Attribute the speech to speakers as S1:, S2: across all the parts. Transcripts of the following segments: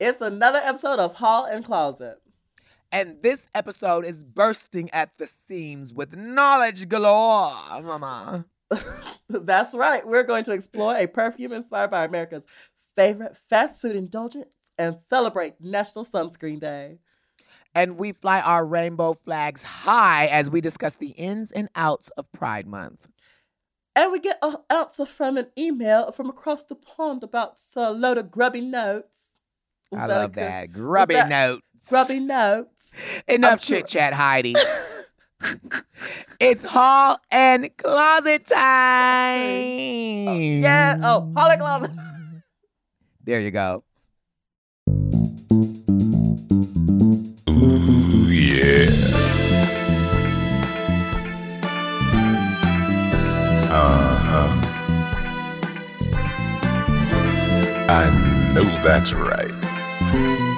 S1: It's another episode of Hall and Closet.
S2: And this episode is bursting at the seams with knowledge galore, mama.
S1: That's right. We're going to explore a perfume inspired by America's favorite fast food indulgence and celebrate National Sunscreen Day.
S2: And we fly our rainbow flags high as we discuss the ins and outs of Pride Month.
S1: And we get an answer from an email from across the pond about a load of grubby notes. Was
S2: I
S1: a
S2: love
S1: good-
S2: that. Grubby
S1: that-
S2: notes.
S1: Grubby notes. I'm
S2: Enough
S1: sure-
S2: chit chat, Heidi. it's hall and closet time.
S1: Oh, yeah. Oh, hall and closet.
S2: There you go.
S3: Uh-huh. I know that's right.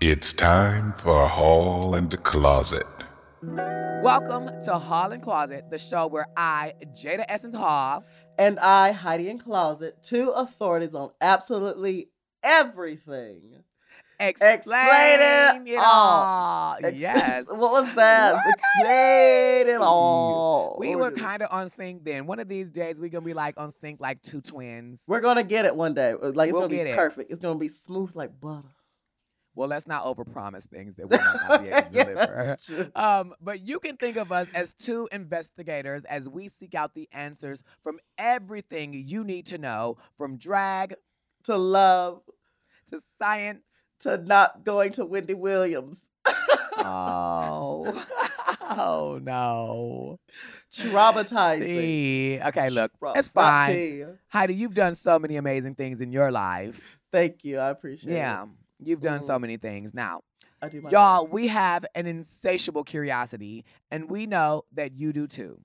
S3: It's time for a hall and the closet.
S2: Welcome to Hall and Closet, the show where I, Jada Essence Hall,
S1: and I, Heidi and Closet, two authorities on absolutely everything.
S2: explain,
S1: Explain it all.
S2: Yes.
S1: what was that?
S2: What?
S1: Explain it all.
S2: We
S1: What
S2: were
S1: it?
S2: kind of on sync then. One of these days, we're going to be like on sync like two twins.
S1: We're gonna get it one day. Uh, Like it's
S2: We'll
S1: gonna be
S2: get it.
S1: perfect. It's gonna be smooth like butter.
S2: Well, let's not overpromise things that we might not be able to
S1: Yeah,
S2: deliver.
S1: that's true.
S2: Um, but you can think of us as two investigators as we seek out the answers from everything you need to know from drag
S1: to love,
S2: to science.
S1: to not going to Wendy Williams.
S2: Oh, oh no.
S1: Traumatizing.
S2: Tea. Okay, look,
S1: Tra-
S2: it's
S1: tra-
S2: fine.
S1: tea.
S2: Heidi, you've done so many amazing things in your life.
S1: Thank you. I appreciate it.
S2: Yeah, you've done so
S1: Mhm.
S2: many things. Now,
S1: I do my
S2: y'all,
S1: best.
S2: we have an insatiable curiosity, and we know that you do too.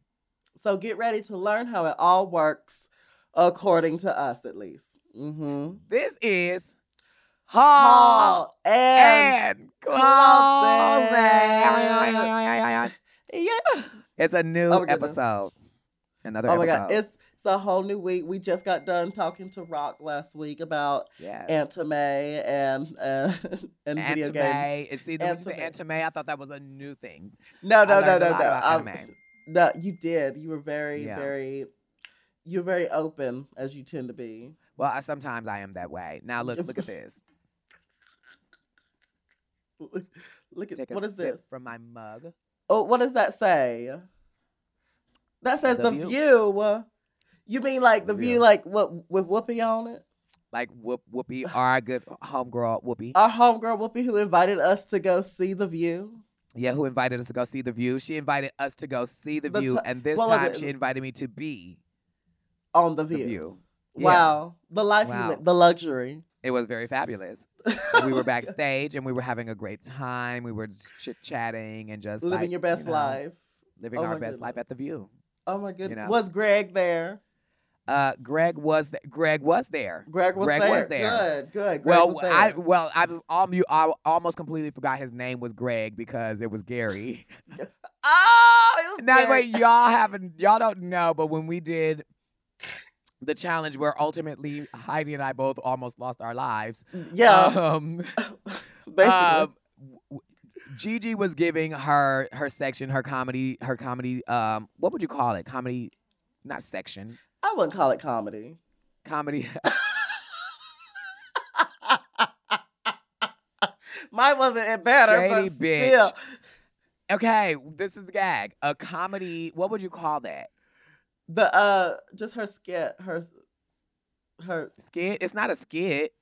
S1: So get ready to learn how it all works, according to us at least. Mm-hmm.
S2: This is Hall
S1: and,
S2: and
S1: Closet.
S2: Closet.
S1: yeah.
S2: It's a new
S1: Oh my goodness.
S2: episode. Another
S1: Oh my god,
S2: episode.
S1: it's it's a whole new week. We just got done talking to Rock last week about
S2: yes.
S1: anime and uh, and video games.
S2: Anime. It's either when you say
S1: Anime.
S2: anime. I thought that was a new thing.
S1: No,
S2: I
S1: no, no,
S2: learned a
S1: no, no.
S2: lot about
S1: Um,
S2: anime.
S1: No, you did. You were very,
S2: Yeah.
S1: very. You're very open as you tend to be.
S2: Well, I, sometimes I am that way. Now look, look at this.
S1: Look, look at
S2: Take a
S1: what is
S2: sip
S1: this?
S2: from my mug.
S1: Oh, what does that say? That says
S2: The
S1: the,
S2: View.
S1: view. You mean like the
S2: The
S1: view,
S2: View.
S1: like what with Whoopi on it?
S2: Like whoop whoopee, our good homegirl whoopee.
S1: Our homegirl Whoopi, who invited us to go see the view.
S2: yeah, who invited us to go see the view? She invited us to go see the,
S1: The
S2: view,
S1: ti-
S2: and this
S1: what was
S2: time
S1: it?
S2: she invited me to be
S1: on the
S2: the
S1: view.
S2: view. Yeah.
S1: Wow, the life you
S2: Wow.
S1: live, the luxury.
S2: It was very fabulous. we were backstage and we were having a great time. We were chit chatting and just
S1: living
S2: like,
S1: your best
S2: you know,
S1: life.
S2: living
S1: Oh
S2: our
S1: my
S2: best life
S1: goodness.
S2: at the View.
S1: Oh my goodness,
S2: know.
S1: was Greg there?
S2: Uh, Greg was th- Greg was there.
S1: Greg was
S2: Greg
S1: there.
S2: was there.
S1: Good, good. Greg
S2: well,
S1: was there.
S2: I well I, al- you- I almost completely forgot his name was Greg because it was Gary.
S1: oh, it was
S2: now
S1: Greg.
S2: wait, y'all haven't y'all don't know, but when we did the challenge where ultimately Heidi and I both almost lost our lives.
S1: yeah,
S2: Um,
S1: basically.
S2: Um, w- w- Gigi was giving her her section, her comedy, her comedy. Um, what would you call it? Comedy, not section,
S1: I wouldn't call it comedy.
S2: comedy.
S1: Mine wasn't it better,
S2: Shady
S1: but
S2: bitch.
S1: still,
S2: okay, this is the gag. A comedy. What would you call that?
S1: the uh, just her skit, her, her.
S2: Skit. It's not a skit.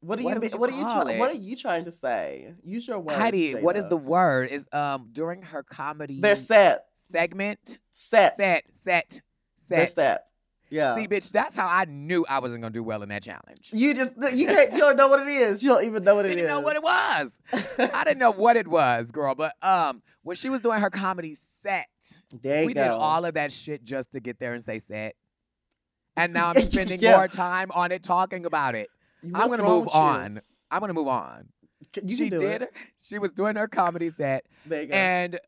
S1: What do you?
S2: What would
S1: mean-
S2: you
S1: What are you?
S2: call
S1: Try, what are
S2: it?
S1: you trying to say? Use your words.
S2: Heidi. What is
S1: Jada.
S2: the word? Is um during her comedy
S1: They're set,
S2: segment.
S1: set, set.
S2: Set. Set.
S1: They're
S2: Set.
S1: set. Yeah.
S2: See, bitch. That's how I knew I wasn't gonna do well in that challenge.
S1: You just you can't you don't know what it is. You don't even know what
S2: I
S1: it
S2: didn't
S1: is.
S2: know what it was. I didn't know what it was, girl. But um, when she was doing her comedy set,
S1: there you
S2: we
S1: go.
S2: did all of that shit just to get there and say set. And now I'm
S1: Yeah.
S2: spending more time on it talking about it. I'm
S1: What's
S2: gonna
S1: wrong
S2: move
S1: with you?
S2: on. I'm gonna move on.
S1: C- You
S2: she
S1: can do
S2: did.
S1: It.
S2: She was doing her comedy set,
S1: There you go.
S2: and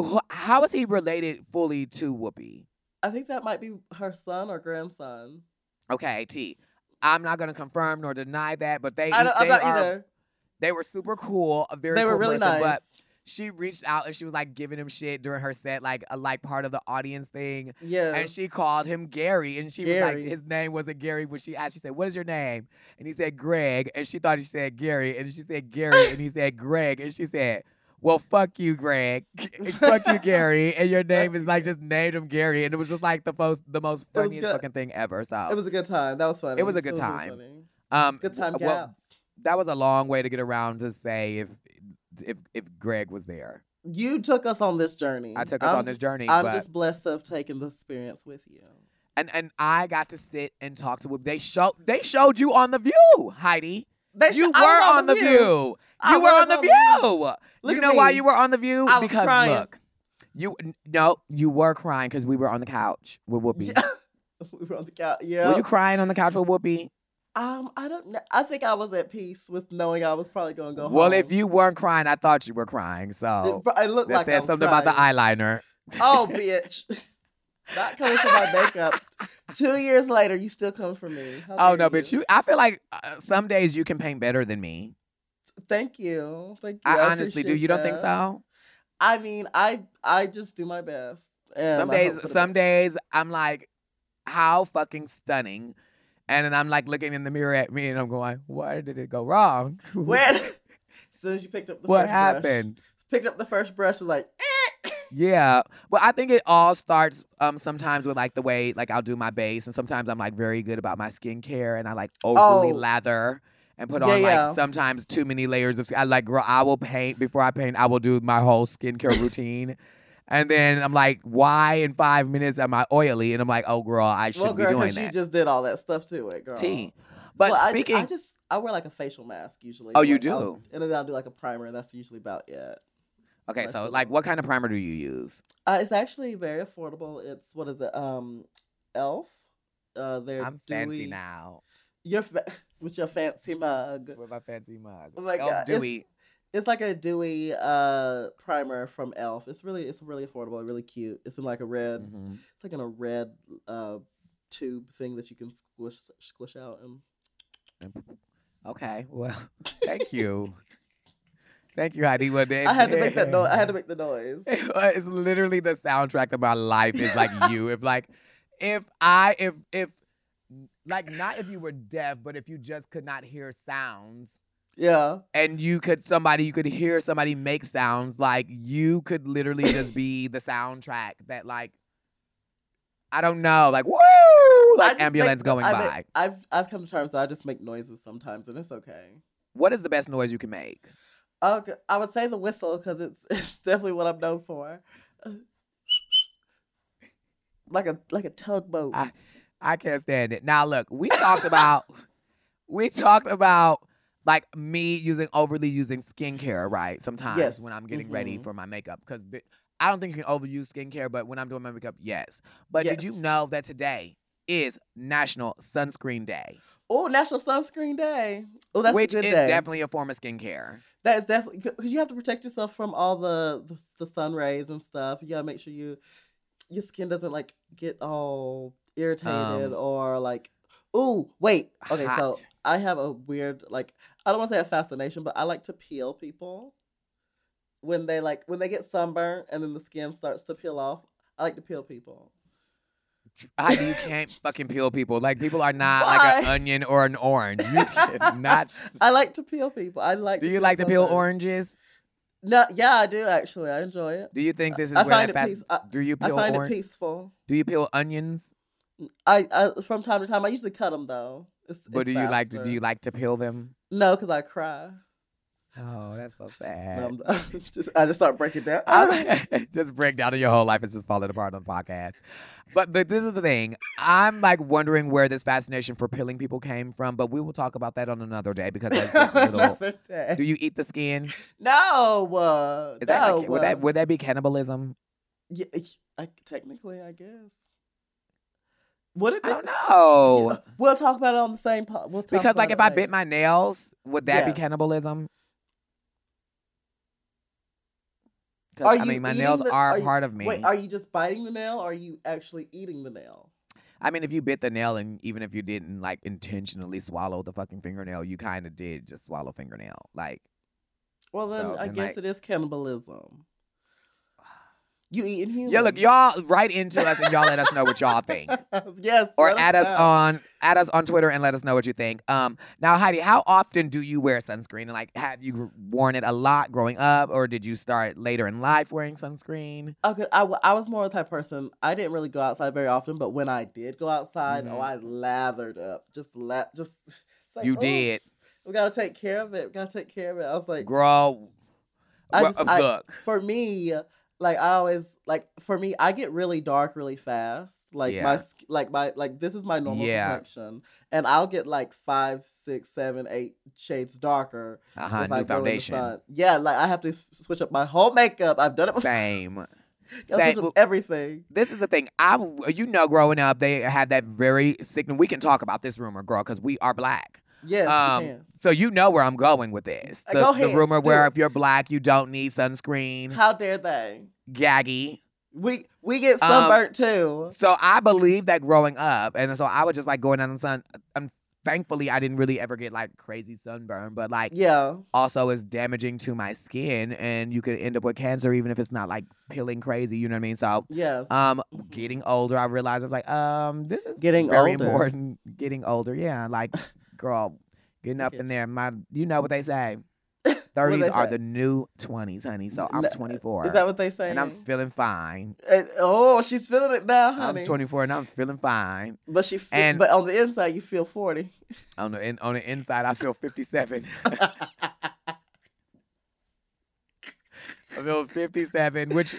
S2: wh- how is he related fully to Whoopi?
S1: I think that might be her son or grandson.
S2: Okay, T. I'm not gonna confirm nor deny that, but they
S1: I don't,
S2: they
S1: I'm not
S2: are
S1: either.
S2: they were super cool, a very
S1: They were
S2: cool
S1: really
S2: person,
S1: nice.
S2: But she reached out and she was like giving him shit during her set, like a like part of the audience thing.
S1: yeah.
S2: And she called him Gary, and she was
S1: Gary.
S2: like, his name wasn't Gary. When she asked, she said, "What is your name?" And he said, "Greg." And she thought he said Gary, and she said Gary, and he said Greg, and she said, "Well, fuck you, Greg. fuck you, Gary." And your name is like just named him Gary, and it was just like the most the most
S1: was
S2: funniest
S1: good.
S2: fucking thing ever. So
S1: it was a good time. That was funny.
S2: It was a good
S1: really
S2: time.
S1: funny.
S2: um
S1: Good time,
S2: well,
S1: gals.
S2: that was a long way to get around to say if if if Greg was there.
S1: you took us on this journey.
S2: I took us
S1: I'm
S2: on this
S1: just-
S2: journey,
S1: I'm
S2: but
S1: just blessed to have taken the experience with you.
S2: and and I got to sit and talk to. They showed they showed you on the View, Heidi.
S1: They sh-
S2: you were
S1: I was
S2: on the View.
S1: I
S2: You were
S1: was
S2: on the View.
S1: Look
S2: you
S1: at
S2: know why
S1: me.
S2: you were on the View?
S1: I was
S2: because
S1: crying.
S2: look, you n- no, you were crying because we were on the couch with Whoopi.
S1: Yeah. we were on the couch. Yeah.
S2: Were you crying on the couch with Whoopi?
S1: um, I don't know. I think I was at peace with knowing I was probably going to go
S2: well,
S1: home.
S2: if you weren't crying, I thought you were crying. So
S1: It, pro- it looked
S2: that
S1: like I
S2: says
S1: was
S2: something about the
S1: crying.
S2: eyeliner.
S1: Oh, bitch. Not coming for my makeup. Two years later, you still come for me. How
S2: Oh no,
S1: dare
S2: bitch! You, I feel like uh, some days you can paint better than me.
S1: Thank you. Thank you.
S2: I honestly do.
S1: appreciate
S2: You don't think
S1: that.
S2: so?
S1: I mean, I I just do my best. and
S2: some
S1: I
S2: days,
S1: hope for the
S2: some
S1: best.
S2: days I'm like, how fucking stunning, and then I'm like looking in the mirror at me, and I'm going, where did it go wrong?
S1: Where? as soon as you picked up the
S2: what
S1: first brush,
S2: happened?
S1: picked up the first brush, was like, eh.
S2: Yeah, well, I think it all starts um sometimes with like the way like I'll do my base, and sometimes I'm like very good about my skincare, and I like overly
S1: Oh.
S2: lather. And put
S1: Yeah,
S2: on like
S1: yeah.
S2: sometimes too many layers of skin. I like girl, I will paint before I paint. I will do my whole skincare routine, and then I'm like, why in five minutes am I oily? And I'm like, oh girl, I should
S1: well,
S2: be
S1: girl,
S2: doing
S1: because
S2: that.
S1: she just did all that stuff to it, girl.
S2: T. But
S1: Well, I-
S2: speaking,
S1: I, just I wear like a facial mask usually.
S2: Oh, you
S1: Like, I'll-
S2: do?
S1: and then I'll do like a primer. That's usually about it.
S2: okay, so
S1: Let's
S2: like,
S1: go.
S2: what kind of primer do you use?
S1: Uh, it's actually very affordable. It's what is it? Um, Elf. Uh, they're
S2: I'm
S1: dewy.
S2: fancy now
S1: You're fa- with your fancy mug.
S2: with my fancy mug.
S1: Oh my
S2: Elf
S1: God, it's-
S2: Dewy.
S1: It's like a dewy uh primer from Elf. It's really it's really affordable. Really cute. It's in like a red.
S2: Mhm.
S1: It's like in a red uh tube thing that you can squish squish out and.
S2: Okay, well, thank you, thank you, Heidi. Well, then-
S1: I had to make that noise. I had to make the noise.
S2: it's literally the soundtrack of my life is like you. If like, if I if if like not if you were deaf, but if you just could not hear sounds.
S1: Yeah.
S2: and you could somebody you could hear somebody make sounds like you could literally just be the soundtrack that like I don't know like woo
S1: I
S2: like
S1: just
S2: ambulance
S1: make-
S2: going
S1: I
S2: by.
S1: make- I've I've come to terms that I just make noises sometimes, and it's okay.
S2: What is the best noise you can make?
S1: Okay, I would say the whistle because it's it's definitely what I'm known for. Like a like a tugboat.
S2: I- I can't stand it. Now look, we talked about we talked about like me using overly using skincare, right? Sometimes
S1: Yes.
S2: when I'm getting ready
S1: Mhm.
S2: for my makeup cuz I don't think you can overuse skincare, but when I'm doing my makeup, yes. But did you
S1: Yes.
S2: know that today is National Sunscreen Day?
S1: oh, National Sunscreen Day. Oh, that's
S2: which
S1: a good
S2: is
S1: day.
S2: definitely a form of skincare.
S1: that is definitely because you have to protect yourself from all the, the the sun rays and stuff. You gotta make sure you your skin doesn't like get all irritated
S2: Um,
S1: or like. Ooh, wait. Okay, so
S2: Hot.
S1: I have a weird like I don't want to say a fascination, but I like to peel people when they like when they get sunburned and then the skin starts to peel off. I like to peel people.
S2: Heidi, you can't fucking peel people. Like people are not like an
S1: Why?
S2: onion or an orange. You cannot.
S1: I like to peel people. I like.
S2: Do you like to peel
S1: sunburn.
S2: oranges?
S1: No, yeah, I do actually. I enjoy it.
S2: Do you think this is
S1: I
S2: where
S1: find
S2: that
S1: it
S2: fast?
S1: peace- I-
S2: do you
S1: I
S2: peel
S1: find it
S2: orange?
S1: peaceful.
S2: Do you peel onions?
S1: I, I from time to time I usually cut them though. It's,
S2: But
S1: it's
S2: do you like to, do
S1: faster.
S2: you like to peel them?
S1: No, because I cry.
S2: Oh, that's so
S1: No,
S2: sad.
S1: I'm- just, I just start breaking down.
S2: I'm- just breakdown of your whole life is just falling apart on the podcast. But the, this is the thing. I'm like wondering where this fascination for peeling people came from, but we will talk about that on another day because that's just a little.
S1: Another day.
S2: Do you eat the skin?
S1: no, uh,
S2: Is that
S1: no,
S2: like, would that
S1: uh,
S2: would that be cannibalism?
S1: yeah, I, technically, I guess. Would it? Be?
S2: I don't know.
S1: Yeah, We'll talk about it on the same pod. We'll talk
S2: Because
S1: about
S2: like
S1: it
S2: if I
S1: later.
S2: bit my nails, would that be
S1: Yes.
S2: cannibalism? 'Cause,
S1: Are
S2: I
S1: you
S2: mean, my
S1: eating
S2: nails
S1: the-
S2: are,
S1: are you-
S2: part of me.
S1: Wait, are you just biting the nail or are you actually eating the nail?
S2: I mean, if you bit the nail and even if you didn't like intentionally swallow the fucking fingernail, you kind of did just swallow fingernail. Like,
S1: Well, then
S2: So,
S1: I
S2: then,
S1: guess
S2: like-
S1: it is cannibalism. You eating humans?
S2: yeah, look, y'all write into us and y'all let us know what y'all think.
S1: yes.
S2: Or
S1: let
S2: add us
S1: know.
S2: on add us on Twitter and let us know what you think. Um, now Heidi, how often do you wear sunscreen? And like, have you worn it a lot growing up, or did you start later in life wearing sunscreen?
S1: Okay, I, w- I was more the type of person. I didn't really go outside very often, but when I did go outside,
S2: Mhm.
S1: oh, I lathered up. Just la- just. it's like,
S2: You
S1: "Oh,
S2: did,
S1: We gotta take care of it. We gotta take care of it. I was like,
S2: girl.
S1: I
S2: Well,
S1: just- I-
S2: look,
S1: for me, like I always like for me, I get really dark really fast. Like my
S2: Yeah.
S1: sk- like my like this is my normal
S2: Yeah.
S1: complexion, and I'll get like five, six, seven, eight shades darker
S2: uh-huh,
S1: if I go
S2: new
S1: in the
S2: foundation.
S1: sun. Yeah, like I have to s- switch up my whole makeup. I've done it before.
S2: Same.
S1: I switch
S2: Same.
S1: up everything.
S2: this is the thing. I, you know, growing up, they had that very signal. We can talk about this rumor, girl, because we are black.
S1: Yes, you
S2: Um,
S1: can.
S2: So you know where I'm going with this.
S1: Uh,
S2: The,
S1: go
S2: the
S1: ahead,
S2: rumor
S1: do
S2: where
S1: it.
S2: if you're black, you don't need sunscreen.
S1: How dare they?
S2: Gaggy.
S1: We we get
S2: Um,
S1: sunburnt too.
S2: So I believe that growing up, and so I was just like going out in the sun. Um, thankfully, I didn't really ever get like crazy sunburn, but like
S1: Yeah,
S2: also is damaging to my skin, and you could end up with cancer even if it's not like peeling crazy. You know what I mean? So.
S1: yes.
S2: Um,
S1: Mhm.
S2: getting older, I realized I was like, um, this is
S1: Getting
S2: very
S1: older.
S2: important. Getting older, yeah. Like, girl, getting up in there. My, you know what they say. Thirties
S1: they
S2: are
S1: say?
S2: the new twenties, honey. So I'm
S1: N- uh,
S2: 24,
S1: is that what they say?
S2: and I'm feeling fine.
S1: oh, she's feeling it now, honey.
S2: I'm 24, and I'm feeling fine.
S1: But she, fe-
S2: And-
S1: but on the inside, you feel forty.
S2: On the in, on the inside, I feel 57. I feel 57, which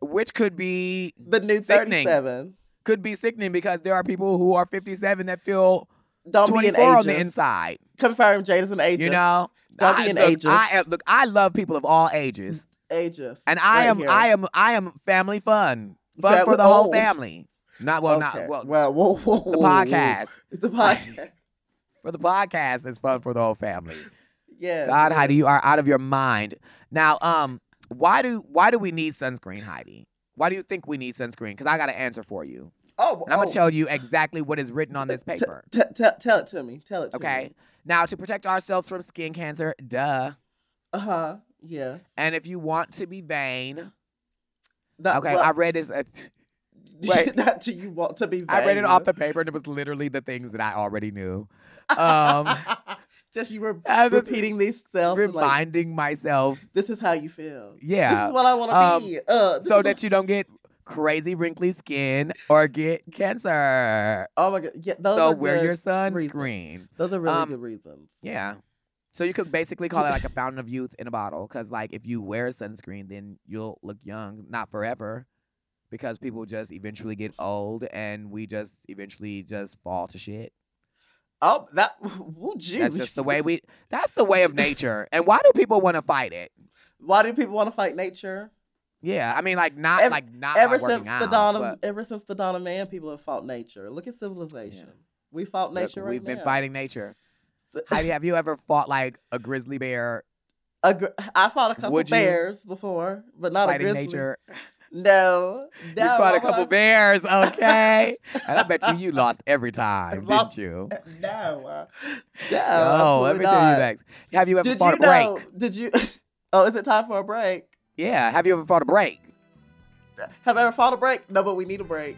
S2: which could be
S1: the new
S2: Sickening.
S1: thirty-seven.
S2: could be sickening because there are people who are 57 that feel
S1: Don't be an
S2: 24
S1: ageist.
S2: on the inside.
S1: Confirm Jada's an ageist.
S2: You know,
S1: Don't be
S2: I,
S1: an
S2: look,
S1: ageist.
S2: I am, look, I love people of all ages,
S1: ageist.
S2: and I
S1: right
S2: am,
S1: here.
S2: I am, I am family fun, fun
S1: Fam-
S2: for the whole
S1: oh.
S2: family. Not well,
S1: Okay.
S2: not well,
S1: Well, whoa, whoa,
S2: the
S1: whoa, whoa.
S2: podcast
S1: The podcast.
S2: for the podcast is fun for the whole family.
S1: Yeah.
S2: God, Heidi, you are out of your mind. Now, um, why do why do we need sunscreen, Heidi? Why do you think we need sunscreen? Because I got an answer for you,
S1: Oh,
S2: and I'm gonna
S1: oh,
S2: tell you exactly what is written on this
S1: t-
S2: paper.
S1: T- tell- tell it to me. Tell it to me.
S2: Okay. Now, to protect ourselves from skin cancer, duh.
S1: Uh huh. Yes.
S2: And if you want to be vain,
S1: Not-
S2: okay,
S1: well,
S2: I read this. uh, wait.
S1: not do you want to be? Vain.
S2: I read it off the paper and it was literally the things that I already knew. Um,
S1: Just you were
S2: I was
S1: repeating these self. and, Like,
S2: reminding myself,
S1: this is how you feel. This
S2: yeah,
S1: is what I want to
S2: Um,
S1: be. Uh, this
S2: so
S1: is
S2: that you don't get crazy wrinkly skin or get cancer.
S1: Oh my god! Yeah, those
S2: so
S1: are
S2: wear
S1: good.
S2: your
S1: reason.
S2: sunscreen.
S1: those are really
S2: um,
S1: good reasons.
S2: Yeah. So you could basically call it like a fountain of youth in a bottle, because like if you wear sunscreen, then you'll look young, not forever, because people just eventually get old, and we just eventually just fall to shit.
S1: Oh, that. Ooh, geez.
S2: That's just the way we. That's the way of nature. And why do people want to fight it?
S1: Why do people want to fight nature?
S2: Yeah, I mean, like not
S1: Ev-
S2: like not
S1: ever
S2: by
S1: since
S2: working
S1: the
S2: out,
S1: dawn of
S2: but-
S1: ever since the dawn of man, people have fought nature. Look at civilization. We fought
S2: Look,
S1: nature. right
S2: we've been
S1: now.
S2: fighting nature.
S1: So-
S2: Heidi, have you ever fought like a grizzly bear
S1: A gr- I fought a couple
S2: Would you-
S1: bears before, but not a
S2: fighting
S1: grizzly.
S2: nature?
S1: No, no.
S2: you fought a
S1: why
S2: couple
S1: would I-
S2: bears, okay? and I bet you you lost every time,
S1: Lots-
S2: didn't you?
S1: No, uh, no.
S2: oh, let
S1: absolutely
S2: me tell you
S1: not.
S2: back. Have you ever
S1: Did
S2: fought
S1: you
S2: a break?
S1: know? Did you? Oh, is it time for a break?
S2: Yeah. Have you ever fought a break?
S1: Have I ever fought a break? No, but we need a break.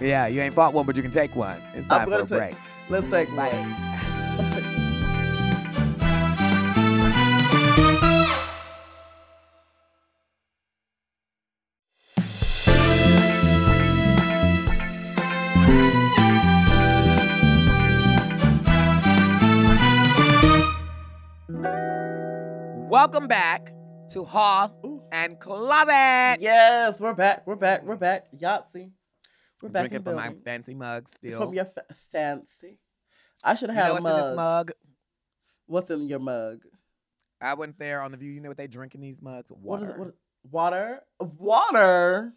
S2: yeah, you ain't fought one, but you can take one. It's
S1: I'm
S2: time for
S1: gonna
S2: a
S1: take-
S2: break.
S1: Let's take
S2: Bye.
S1: one.
S2: Welcome back to Hall
S1: Ooh.
S2: and Closet.
S1: Yes, we're back. We're back. We're back. Yahtzee. We're
S2: I'm
S1: back
S2: drinking
S1: in
S2: from my
S1: building.
S2: fancy mug still.
S1: From your fa- fancy. I should
S2: you
S1: have
S2: know
S1: had a
S2: what's in
S1: mug.
S2: this mug?
S1: What's in your mug?
S2: I went there on the view. You know what they drink in these mugs?
S1: What
S2: Water.
S1: is it- what- water? Water?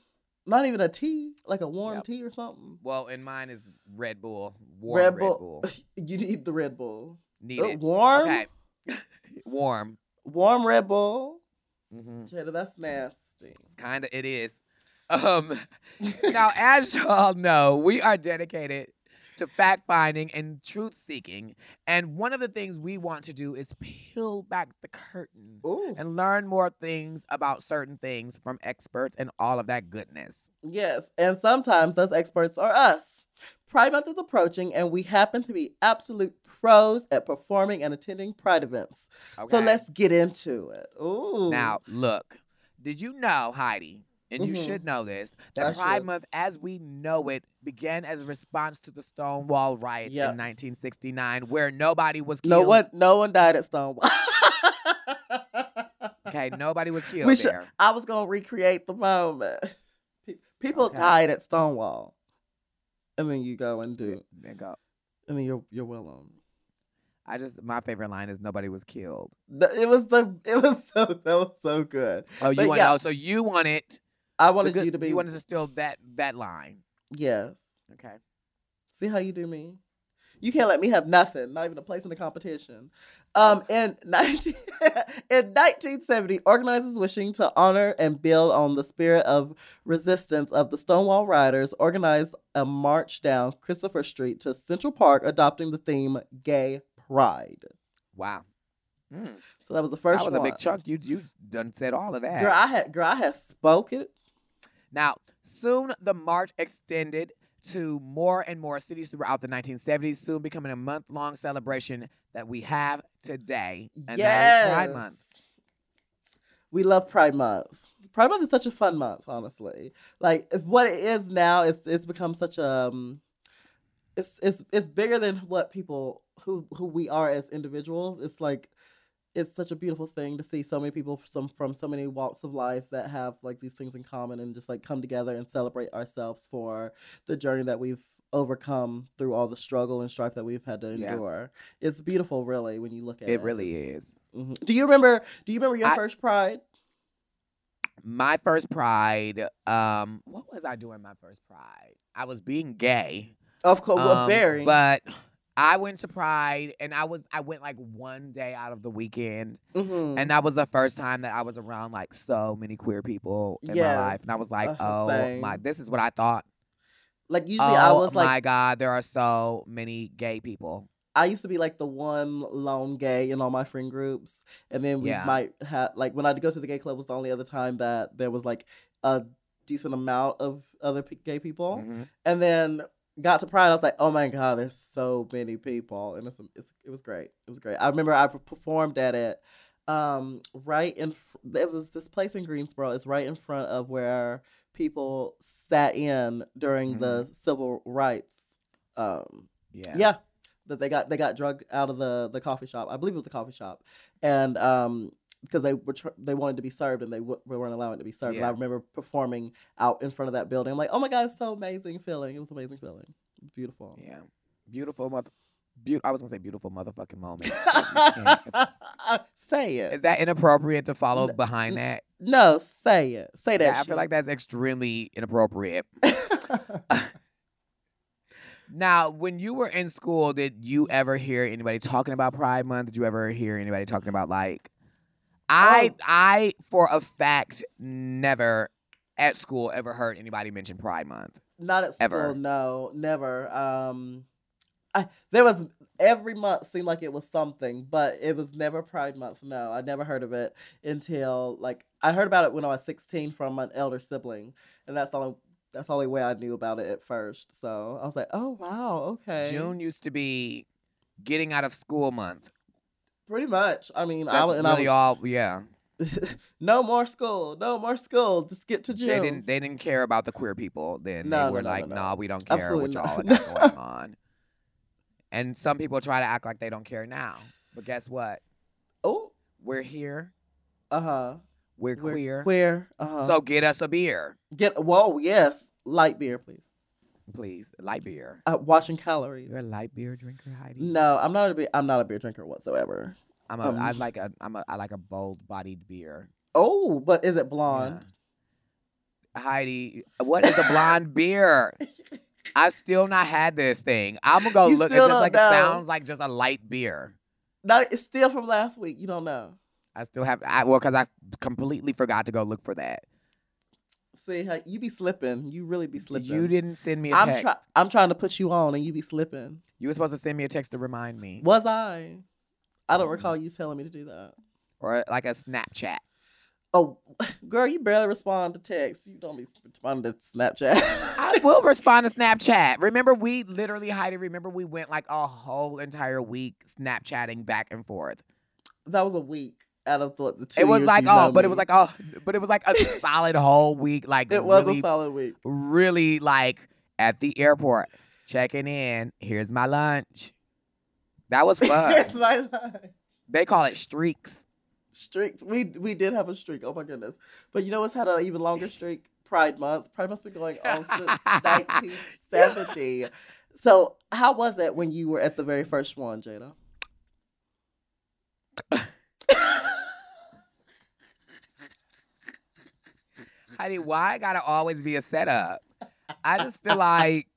S1: Not even a tea? Like a warm
S2: Yep.
S1: tea or something?
S2: Well, in mine is Red Bull. Warm Red, Bull.
S1: you need the Red Bull.
S2: Need
S1: Uh,
S2: it.
S1: Warm?
S2: Okay. Warm.
S1: Warm Red Bull?
S2: hmm
S1: Jada, that's nasty. interesting.
S2: Kinda, it is. Um, now, as y'all know, we are dedicated to fact finding and truth seeking, and one of the things we want to do is peel back the curtain
S1: Ooh.
S2: and learn more things about certain things from experts and all of that goodness.
S1: Yes, and sometimes those experts are us. Pride Month is approaching, and we happen to be absolute pros at performing and attending Pride events.
S2: Okay.
S1: So let's get into it. Ooh.
S2: Now, look, did you know, Heidi, and you
S1: Mhm.
S2: should know this, that
S1: I
S2: Pride
S1: should.
S2: Month, as we know it, began as a response to the Stonewall riots
S1: Yep.
S2: in 1969, where nobody was killed.
S1: no one, no one died at Stonewall.
S2: Okay, nobody was killed
S1: We should-
S2: there.
S1: I was gonna recreate the moment. Pe- People
S2: Okay.
S1: died at Stonewall, and then you go and do,
S2: Then go-
S1: and then you're you're Willem.
S2: I just my favorite line is nobody was killed.
S1: The- It was the it was so that was so good.
S2: Oh, you
S1: But
S2: want
S1: yeah.
S2: oh, so you want it?
S1: I
S2: the
S1: wanted
S2: good-
S1: you to be
S2: wanted to steal that that line.
S1: yes.
S2: Okay.
S1: See how you do me. You can't let me have nothing, not even a place in the competition. Um,
S2: Oh.
S1: in 19, in 1970, organizers wishing to honor and build on the spirit of resistance of the Stonewall Riders organized a march down Christopher Street to Central Park, adopting the theme "Gay Pride."
S2: Wow. Mm,
S1: So that was the
S2: that
S1: first
S2: was a
S1: one.
S2: big chunk. You you done said all of that.
S1: Girl, I had girl, I have spoken.
S2: Now, soon the march extended to more and more cities throughout the 1970s, soon becoming a month long celebration that we have today. And that is Pride Month.
S1: Yes. We love Pride Month. Pride Month is such a fun month, honestly. Like if what it is now, it's it's become such a um, it's it's it's bigger than what people who who we are as individuals. It's like it's such a beautiful thing to see so many people from from so many walks of life that have like these things in common and just like come together and celebrate ourselves for the journey that we've overcome through all the struggle and strife that we've had to
S2: Yeah.
S1: endure. It's beautiful really when you look at it.
S2: It really is.
S1: Mhm. Do you remember? Do you remember your
S2: I-
S1: first pride?
S2: My first Pride, um, what was I doing my first Pride? I was being gay.
S1: Of course, Oh, well,
S2: um,
S1: Barry.
S2: But I went to Pride and I was I went like one day out of the weekend.
S1: Mhm.
S2: And that was the first time that I was around like so many queer people in
S1: Yes.
S2: my life. And I was like,
S1: Uh,
S2: oh
S1: same.
S2: my, this is what I thought.
S1: like usually, I
S2: oh
S1: was
S2: my
S1: like,
S2: God, there are so many gay people.
S1: I used to be like the one lone gay in all my friend groups, and then we
S2: Yeah.
S1: might have like when I'd go to the gay club was the only other time that there was like a decent amount of other p- gay people,
S2: Mhm.
S1: and then got to pride i was like oh my god there's so many people and it's, it's, it was great it was great i remember i performed at it um right in fr- it was this place in greensboro it's right in front of where people sat in during the civil rights um
S2: Yeah.
S1: yeah. that they got they got drugged out of the the coffee shop i believe it was the coffee shop and um because they were tr- they wanted to be served and they w- weren't allowing it to be served and i
S2: Yeah.
S1: remember performing out in front of that building i'm like oh my god it's so amazing feeling it was amazing feeling It was beautiful
S2: Yeah. Beautiful mother. Be- I was gonna say beautiful motherfucking moment. but you can't.
S1: say it
S2: is that inappropriate to follow
S1: N-
S2: behind that?
S1: no say it say that
S2: Yeah, I feel like that's extremely inappropriate. Now, when you were in school, did you ever hear anybody talking about Pride Month? Did you ever hear anybody talking about like I
S1: Oh.
S2: I for a fact never at school ever heard anybody mention Pride Month.
S1: not at school
S2: Ever.
S1: no never um I, there was every month seemed like it was something but it was never pride month no i never heard of it until like i heard about it when i was 16 from an elder sibling and that's the only that's the only way i knew about it at first so i was like oh wow okay
S2: June used to be getting out of school month.
S1: pretty much i mean
S2: That's
S1: i and
S2: really
S1: I
S2: all yeah.
S1: was, no more school no more school just get to june
S2: They didn't they didn't care about the queer people then.
S1: No,
S2: they
S1: no,
S2: were
S1: no, no,
S2: like,
S1: no.
S2: nah, we don't care
S1: Absolutely
S2: what y'all
S1: not.
S2: got going on. And some people try to act like they don't care now. But guess what?
S1: oh
S2: We're here.
S1: uh-huh
S2: We're,
S1: We're
S2: queer.
S1: queer uh-huh
S2: So get us a beer,
S1: get whoa yes light beer please
S2: please. Light beer.
S1: uh, watching calories
S2: You're a light beer drinker, Heidi.
S1: No, I'm not a beer, I'm not a beer drinker whatsoever.
S2: I'm a. I
S1: um,
S2: like a. I'm a. I like a bold-bodied beer.
S1: Oh, but is it
S2: Yeah.
S1: blonde?
S2: Heidi, what is a blonde beer? I still not had this thing. I'm gonna go
S1: You
S2: look. It
S1: still
S2: just
S1: don't
S2: like it
S1: know.
S2: sounds like just a light beer.
S1: Not it's still from last week. You don't know.
S2: I still have. I well, cause I completely forgot to go look for that.
S1: See how you be slipping. You really be slipping.
S2: You didn't send me a
S1: I'm
S2: text.
S1: try- I'm trying to put you on, and you be slipping.
S2: you were supposed to send me a text to remind me,
S1: Was I? I don't
S2: Mm.
S1: recall you telling me to do that.
S2: or like a Snapchat.
S1: Oh, girl, you barely respond to texts. You don't be responding to Snapchat.
S2: I will respond to Snapchat. Remember, we literally, Heidi. Remember, we went like a whole entire week Snapchatting back and forth.
S1: that was a week out of the, the two.
S2: it was
S1: years
S2: like
S1: you
S2: oh,
S1: know
S2: but it
S1: me.
S2: was like oh, but it was like a solid whole week. Like
S1: it was
S2: really,
S1: a solid week.
S2: really like at the airport checking in. Here's my lunch. That was
S1: Here's
S2: fun.
S1: my line.
S2: they call it streaks.
S1: Streaks. We we did have a streak. Oh my goodness. But you know what's had an even longer streak? Pride Month. Pride Month's been going on since 1970. So how was it when you were at the very first one, Jada?
S2: Honey, why I gotta always be a setup? I just feel like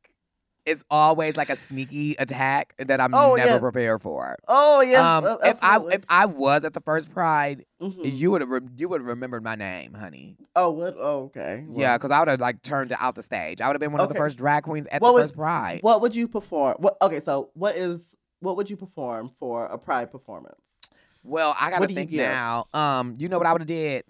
S2: it's always like a sneaky attack that I'm
S1: Oh,
S2: never
S1: yeah.
S2: prepared for.
S1: Oh Hmm. yeah.
S2: um, if I if I was at the first Pride, you would have re- you would have remembered my name, honey.
S1: Mm-hmm. oh what? Oh, okay. Well,
S2: Yeah, because I would have like turned out the stage. I would have been one of the
S1: Okay.
S2: first drag queens at
S1: What
S2: the
S1: would-
S2: first Pride.
S1: What would you perform? What? Okay. So what is what would you perform for a Pride performance?
S2: Well, I gotta
S1: What do you
S2: think
S1: give?
S2: now. Um, you know what I would have did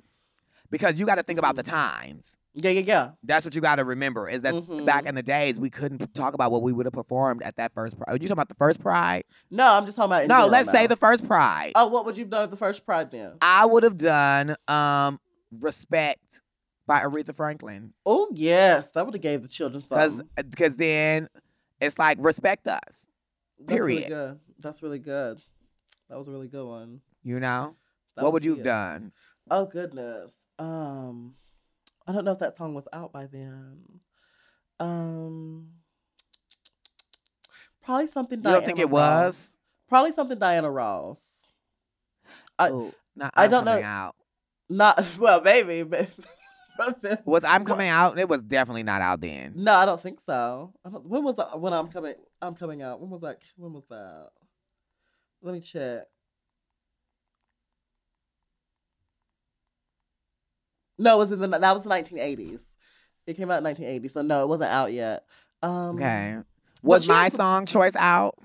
S2: because you got to think about the times.
S1: Yeah, yeah, yeah.
S2: That's what you got to remember is that
S1: Mhm.
S2: back in the days we couldn't p- talk about what we would have performed at that first. Pride. You talking about the first Pride?
S1: No, I'm just talking about. in
S2: No,
S1: general
S2: let's say
S1: now.
S2: the first Pride.
S1: Oh, what would you have done at the first Pride then?
S2: I would have done um respect by Aretha Franklin
S1: Oh yes, that would have gave the children
S2: because
S1: something.
S2: because then it's like respect us,
S1: That's really
S2: period.
S1: good. That's really good. That was a really good one.
S2: you know.
S1: That
S2: what
S1: was
S2: would you
S1: it.
S2: have done?
S1: Oh goodness. Um, I don't know if that song was out by then. Um, probably something.
S2: You don't think it was?
S1: Probably something Diana Ross. I-
S2: Ooh, no,
S1: I
S2: I'm
S1: don't know.
S2: coming Out.
S1: Not well, maybe, but but then-
S2: Was I'm coming out? It was definitely not out then.
S1: no, I don't think so. I don't, when was the, when I'm coming? I'm coming out. When was that? When was that? Let me check. No, it was in the that was the 1980s. It came out in 1980, so no, it wasn't out yet. Um,
S2: Okay.
S1: but
S2: Was
S1: you
S2: my
S1: also-
S2: song choice out?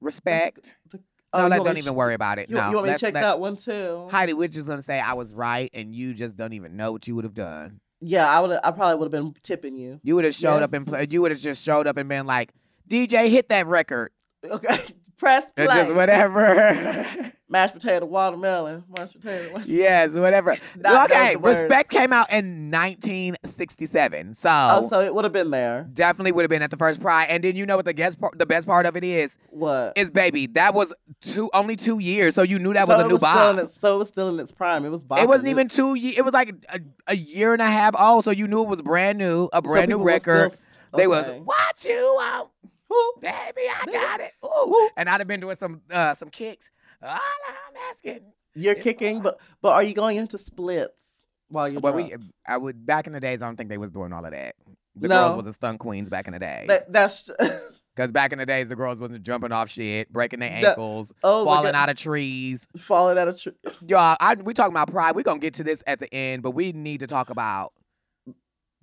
S2: Respect.
S1: oh,
S2: no,
S1: you
S2: like,
S1: want me
S2: don't
S1: to
S2: even
S1: ch-
S2: worry about it.
S1: You,
S2: no,
S1: you want me to
S2: let's-
S1: check
S2: let-
S1: that one too?
S2: Heidi, we're just gonna say I was right, and you just don't even know what you would have done.
S1: Yeah, I would. I probably would have been tipping you.
S2: You would have showed up
S1: Yes.
S2: and played. You would have just showed up and been like, "DJ, hit that record."
S1: Okay, press play.
S2: And just whatever.
S1: Mashed potato, watermelon, mashed potato. wa-
S2: yes, whatever.
S1: That- those
S2: okay,
S1: are words.
S2: respect came out in 1967, so,
S1: Oh, so it would have been there.
S2: definitely would have been at the first pride. And then you know what the guest part, the best part of it is,
S1: What?
S2: is baby that was two only two years, so you knew that
S1: so
S2: was a
S1: it
S2: new
S1: still in
S2: bomb.
S1: its- so it was still in its prime. It was bopping.
S2: It wasn't even two years. It was like a, a year and a half old, so you knew it was brand new, a
S1: So
S2: brand
S1: people
S2: new
S1: were still-
S2: record. They was
S1: okay.
S2: watch you out, Ooh, baby, I got it. Ooh. And I'd have been doing some uh, some kicks. All I'm asking.
S1: You're kicking, but but are you going into splits while you're?
S2: But we,
S1: drunk?
S2: I would back in the days. I don't think they was doing all of that. The
S1: No.
S2: girls was the stunt queens back in the day.
S1: That, that's
S2: Because back in the days, the girls wasn't jumping off shit, breaking their
S1: The-
S2: ankles,
S1: oh my
S2: falling
S1: God.
S2: out of trees.
S1: falling out of tree.
S2: Y'all, I, we talking about pride. We're going to get to this at the end, but we need to talk about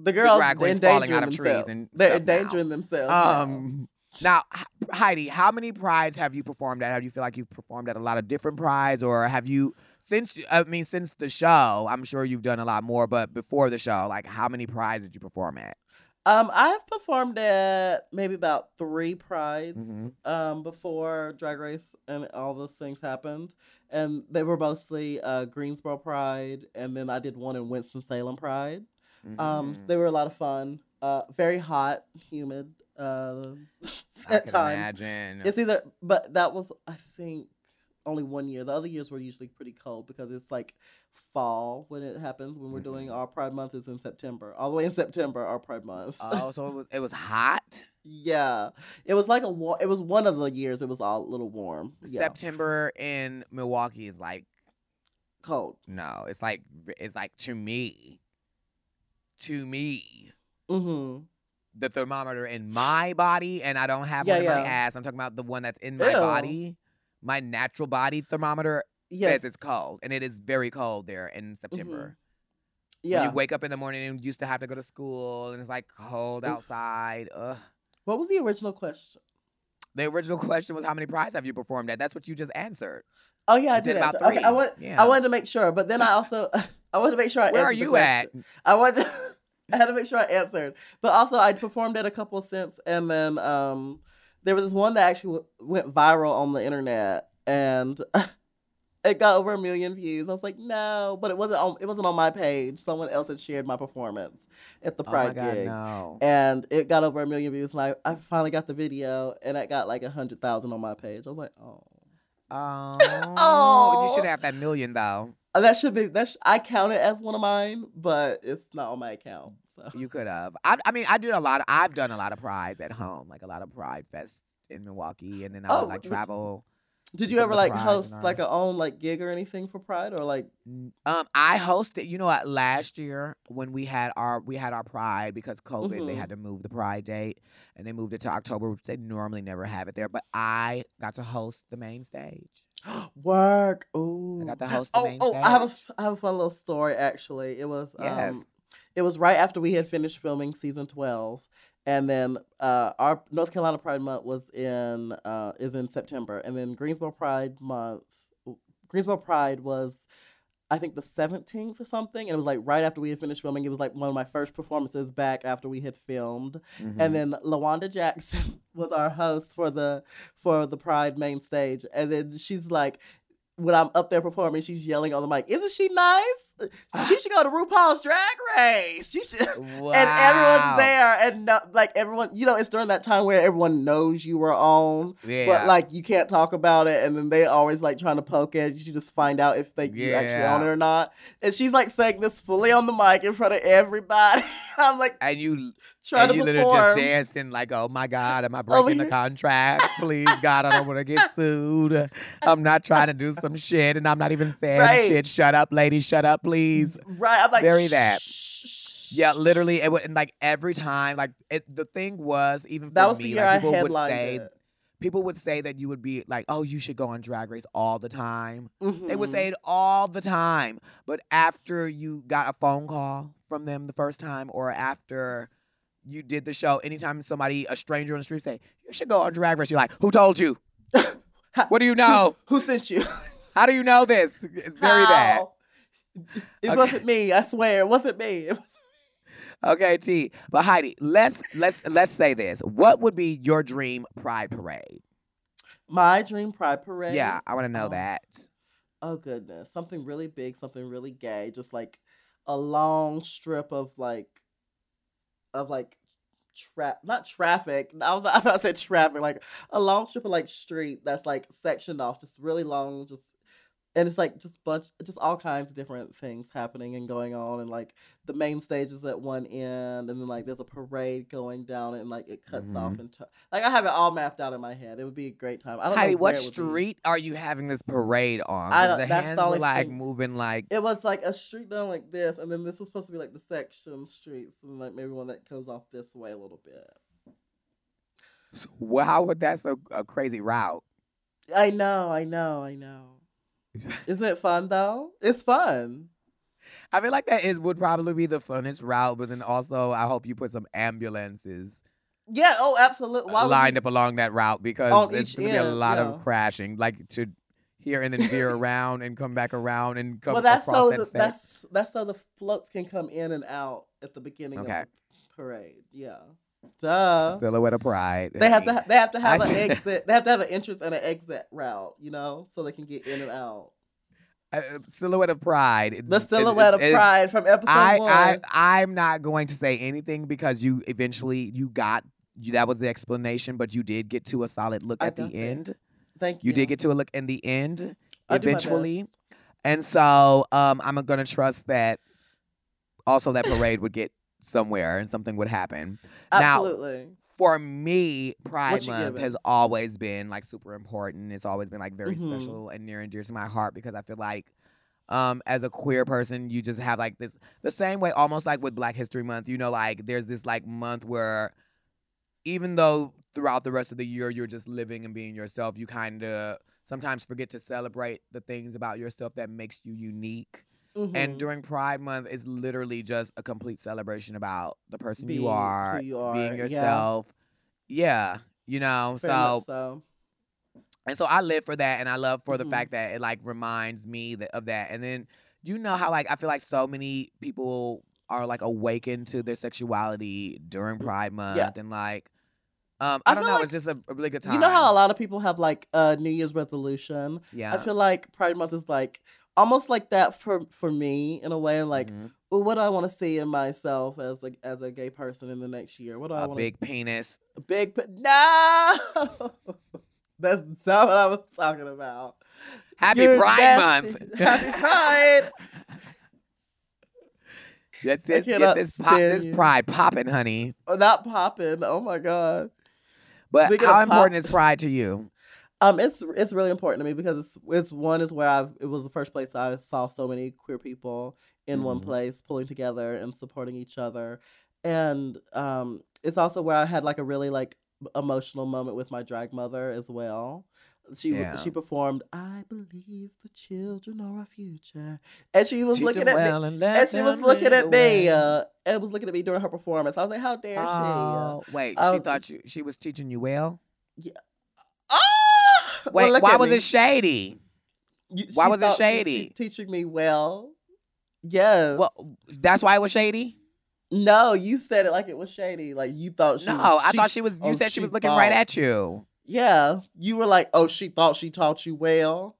S1: The girls
S2: drag
S1: they're
S2: queens falling
S1: endangering
S2: out of trees
S1: themselves.
S2: and
S1: they're
S2: stuff now.
S1: endangering themselves. now.
S2: Um, now, H- Heidi, how many prides have you performed at? Have you feel like you've performed at a lot of different prides, or have you since? I mean, since the show, I'm sure you've done a lot more. But before the show, like how many prides did you perform at?
S1: um, I've performed at maybe about three prides.
S2: Mhm.
S1: um, before Drag Race and all those things happened. And they were mostly uh, Greensboro Pride, and then I did one in Winston-Salem Pride. Um, so
S2: Mhm.
S1: they were a lot of fun, uh, very hot, humid uh,
S2: I
S1: at
S2: can
S1: times.
S2: imagine.
S1: It's either, but that was, I think, only one year. The other years were usually pretty cold because it's like fall when it happens when we're doing
S2: Mhm.
S1: our Pride Month is in September. All the way in September, our Pride Month.
S2: oh, so it was, it was hot.
S1: Yeah, it was like a war. It was one of the years. It was all a little warm. Yeah,
S2: September in Milwaukee is like
S1: cold.
S2: no, it's like it's like to me, to me,
S1: Mm-hmm.
S2: the thermometer in my body, and I don't have one
S1: Yeah,
S2: in my
S1: yeah.
S2: ass. I'm talking about the one that's in my
S1: Ew.
S2: body. My natural body thermometer
S1: Yes, Mm-hmm.
S2: says it's cold, and it is very cold there in September. When
S1: Yeah.
S2: you wake up in the morning and used to have to go to school and it's like cold
S1: Oof.
S2: outside. Ugh.
S1: What was the original question?
S2: The original question was how many prides have you performed at? That's what you just answered.
S1: Oh yeah, I
S2: You
S1: did,
S2: did about
S1: answer. Okay, I
S2: three.
S1: want
S2: Yeah.
S1: I wanted to make sure, but then I also I wanted to make sure I
S2: Where are
S1: answered the
S2: you
S1: question.
S2: at? Oh
S1: I wanted to, I had to make sure I answered. But also I performed at a couple since and then um there was this one that actually w- went viral on the internet and it got over a million views. I was like, "No, but it wasn't on it wasn't on my page. Someone else had shared my performance at the
S2: Oh
S1: Pride
S2: my God,
S1: gig."
S2: no.
S1: And it got over a million views, and I, I finally got the video, and it got like a hundred thousand on my page. I was like, oh,
S2: Oh, you
S1: Oh.
S2: should have that million though.
S1: Uh, That should be that. Sh- I count it as one of mine, but it's not on my account. So
S2: You could have. I, I mean, I did a lot. Of, I've done a lot of prides at home, like a lot of pride fest in Milwaukee, and then I
S1: Oh,
S2: would like
S1: would you-
S2: travel.
S1: did
S2: It's
S1: you
S2: on
S1: ever
S2: the
S1: like
S2: Pride
S1: host
S2: and
S1: like
S2: all.
S1: a own like gig or anything for Pride or like?
S2: N- Um, I hosted. You know what? Last year when we had our we had our pride because COVID, they
S1: Mhm.
S2: had to move the pride date, and they moved it to October, which they normally never have it there. But I got to host the main stage.
S1: Work. Ooh.
S2: got to host the
S1: Oh,
S2: main
S1: oh I have a
S2: stage.
S1: f- I have a fun little story actually. It was
S2: Yes.
S1: um it was right after we had finished filming season 12 and then uh our North Carolina Pride month was in uh is in September and then Greensboro Pride month Greensboro Pride was I think the 17th or something and it was like right after we had finished filming it was like one of my first performances back after we had filmed
S2: Mm-hmm.
S1: and then Lawanda Jackson was our host for the for the Pride main stage, and then she's like. When I'm up there performing, she's yelling on the mic, "Isn't she nice? She should go to RuPaul's Drag Race. She should."
S2: wow.
S1: And everyone's there, and no, like everyone, you know, it's during that time where everyone knows you were on,
S2: Yeah.
S1: but like you can't talk about it, and then they always like trying to poke at you to just find out if they you actually
S2: Yeah.
S1: on it or not. And she's like saying this fully on the mic in front of everybody. I'm like
S2: and you
S1: trying
S2: and you
S1: to
S2: literally just
S1: perform.
S2: dancing like, oh my God, am I
S1: Over
S2: breaking the
S1: here.
S2: contract? Please, God, I don't want to get sued. I'm not trying to do some shit, and I'm not even saying
S1: Right.
S2: shit. Shut up, lady. Shut up, please.
S1: Right. I'm like,
S2: Bury that.
S1: "Shh."
S2: Yeah, literally, it would, and like every time, like it, the thing was even for
S1: That was
S2: me,
S1: the year
S2: like
S1: I
S2: people would
S1: headlined
S2: say,
S1: it.
S2: people would say that you would be like, oh, you should go on Drag Race all the time. They would
S1: Mhm.
S2: say it all the time. But after you got a phone call from them the first time, or after you did the show, anytime somebody, a stranger on the street, say, You should go on Drag Race, you're like, Who told you? what do you know?
S1: Who, who sent you?
S2: How do you know this? It's very bad.
S1: How? It
S2: Okay.
S1: wasn't me. I swear, it wasn't me. It was-
S2: Okay, T. But Heidi, let's let's let's say this. What would be your dream pride parade?
S1: my dream pride parade.
S2: Yeah, I want to know
S1: Oh.
S2: that.
S1: Oh goodness, something really big, something really gay, just like a long strip of like, of like. Tra- not traffic. I was about I said traffic, like a long strip of like street that's like sectioned off, just really long, just and it's like just bunch, just all kinds of different things happening and going on, and like the main stage is at one end, and then like there's a parade going down, and like it cuts
S2: Mm-hmm.
S1: off and like I have it all mapped out in my head. It would be a great time. I don't
S2: Heidi,
S1: know
S2: what
S1: where it would be.
S2: street are you having this parade on?
S1: I
S2: 'Cause
S1: don't-
S2: the
S1: that's the
S2: hands were,
S1: only
S2: like
S1: thing-
S2: moving like
S1: It was like a street down like this, and then this was supposed to be like the section streets, and like maybe one that goes off this way a little bit.
S2: So Wow, would that's a, a crazy route.
S1: I know, I know, I know. Isn't it fun though? It's fun.
S2: I feel like that is would probably be the funnest route, but then also I hope you put some ambulances
S1: Yeah. Oh, absolutely. Why would
S2: lined
S1: you-
S2: up along that route because
S1: On
S2: it's
S1: each
S2: gonna be a
S1: end,
S2: lot of
S1: yeah.
S2: crashing, like to here and then veer around and come back around and come
S1: Well, that's
S2: across
S1: so
S2: that
S1: the,
S2: state.
S1: that's that's so the floats can come in and out at the beginning
S2: Okay.
S1: of the parade. Yeah. Duh.
S2: silhouette of pride.
S1: they have to
S2: honey.
S1: ha- they have to have
S2: I
S1: an
S2: see.
S1: exit. They have to have an entrance and an exit route. You know, so they can get in and out.
S2: Uh, uh, silhouette of pride. It's-
S1: The
S2: it's-
S1: silhouette of
S2: it's-
S1: pride from episode one.
S2: I, I I'm not going to say anything because you eventually you got you, that was the explanation, but you did get to a solid look
S1: I
S2: at the
S1: got that.
S2: end.
S1: Thank you.
S2: You did get to a look in the end,
S1: I do my
S2: eventually.
S1: best.
S2: And so um, I'm going to trust that also that parade would get somewhere and something would happen. Now-
S1: Absolutely.
S2: For me, Pride
S1: What you
S2: Month
S1: giving?
S2: has always been like super important. It's always been like very
S1: Mhm.
S2: special and near and dear to my heart because I feel like um, as a queer person, you just have like this the same way almost like with Black History Month, you know, like there's this like month where even though throughout the rest of the year you're just living and being yourself, you kind of sometimes forget to celebrate the things about yourself that makes you unique
S1: Mhm.
S2: And during Pride Month, it's literally just a complete celebration about the person
S1: Being
S2: you
S1: who
S2: are,
S1: you are, yeah.
S2: being yourself. Yeah, you know.
S1: Very
S2: so
S1: much so.
S2: and so I live for that, and I love for the
S1: Mhm.
S2: fact that it like reminds me that, of that. And then you know how like I feel like so many people are like awakened to their sexuality during Pride Month, and like um
S1: Mm,
S2: I,
S1: I
S2: don't
S1: feel
S2: know,
S1: like-
S2: it's just a, a really good time.
S1: You know how a lot of people have like a New Year's resolution.
S2: yeah,
S1: I feel like Pride Month is like almost like that for for me in a way. Like,
S2: Mhm.
S1: "Ooh, what do I want to see in myself as a as a gay person in the next year? What do I
S2: a
S1: want?
S2: big penis.
S1: a big pe- no. That's not what I was talking about.
S2: Happy
S1: You're
S2: Pride
S1: nasty.
S2: Month.
S1: Happy Pride.
S2: Get this, get
S1: cannot
S2: this, pop,
S1: stand
S2: this
S1: you.
S2: pride popping, honey.
S1: Oh, not popping. Oh my god.
S2: But
S1: Speaking
S2: how
S1: of pop-
S2: important is pride to you?
S1: Um, it's it's really important to me because it's it's one is where I it was the first place I saw so many queer people in one
S2: Mhm.
S1: place pulling together and supporting each other, and um, it's also where I had like a really like emotional moment with my drag mother as well. She
S2: Yeah.
S1: she performed "I Believe the Children Are Our Future," and she was
S2: Teach
S1: looking
S2: them
S1: at me.
S2: well and let
S1: And she was
S2: them
S1: looking
S2: lead
S1: at
S2: the
S1: me,
S2: way.
S1: uh, and was looking at me during her performance. I was like, "How dare she?" uh,
S2: Oh, wait,
S1: I
S2: she
S1: was-
S2: thought you she was teaching you well.
S1: Oh! Well,
S2: Wait,
S1: look
S2: why
S1: at
S2: was
S1: me.
S2: it shady?
S1: You-
S2: Why
S1: she
S2: was it
S1: thought she
S2: shady?
S1: te- teaching me well. Yes.
S2: Well, that's why it was shady.
S1: no, you said it like it was shady. Like you thought she.
S2: no,
S1: was,
S2: I
S1: she-
S2: thought she was. You
S1: oh,
S2: said she
S1: she
S2: was looking right
S1: thought.
S2: at you.
S1: Yeah, you were like, oh, she thought she taught you well.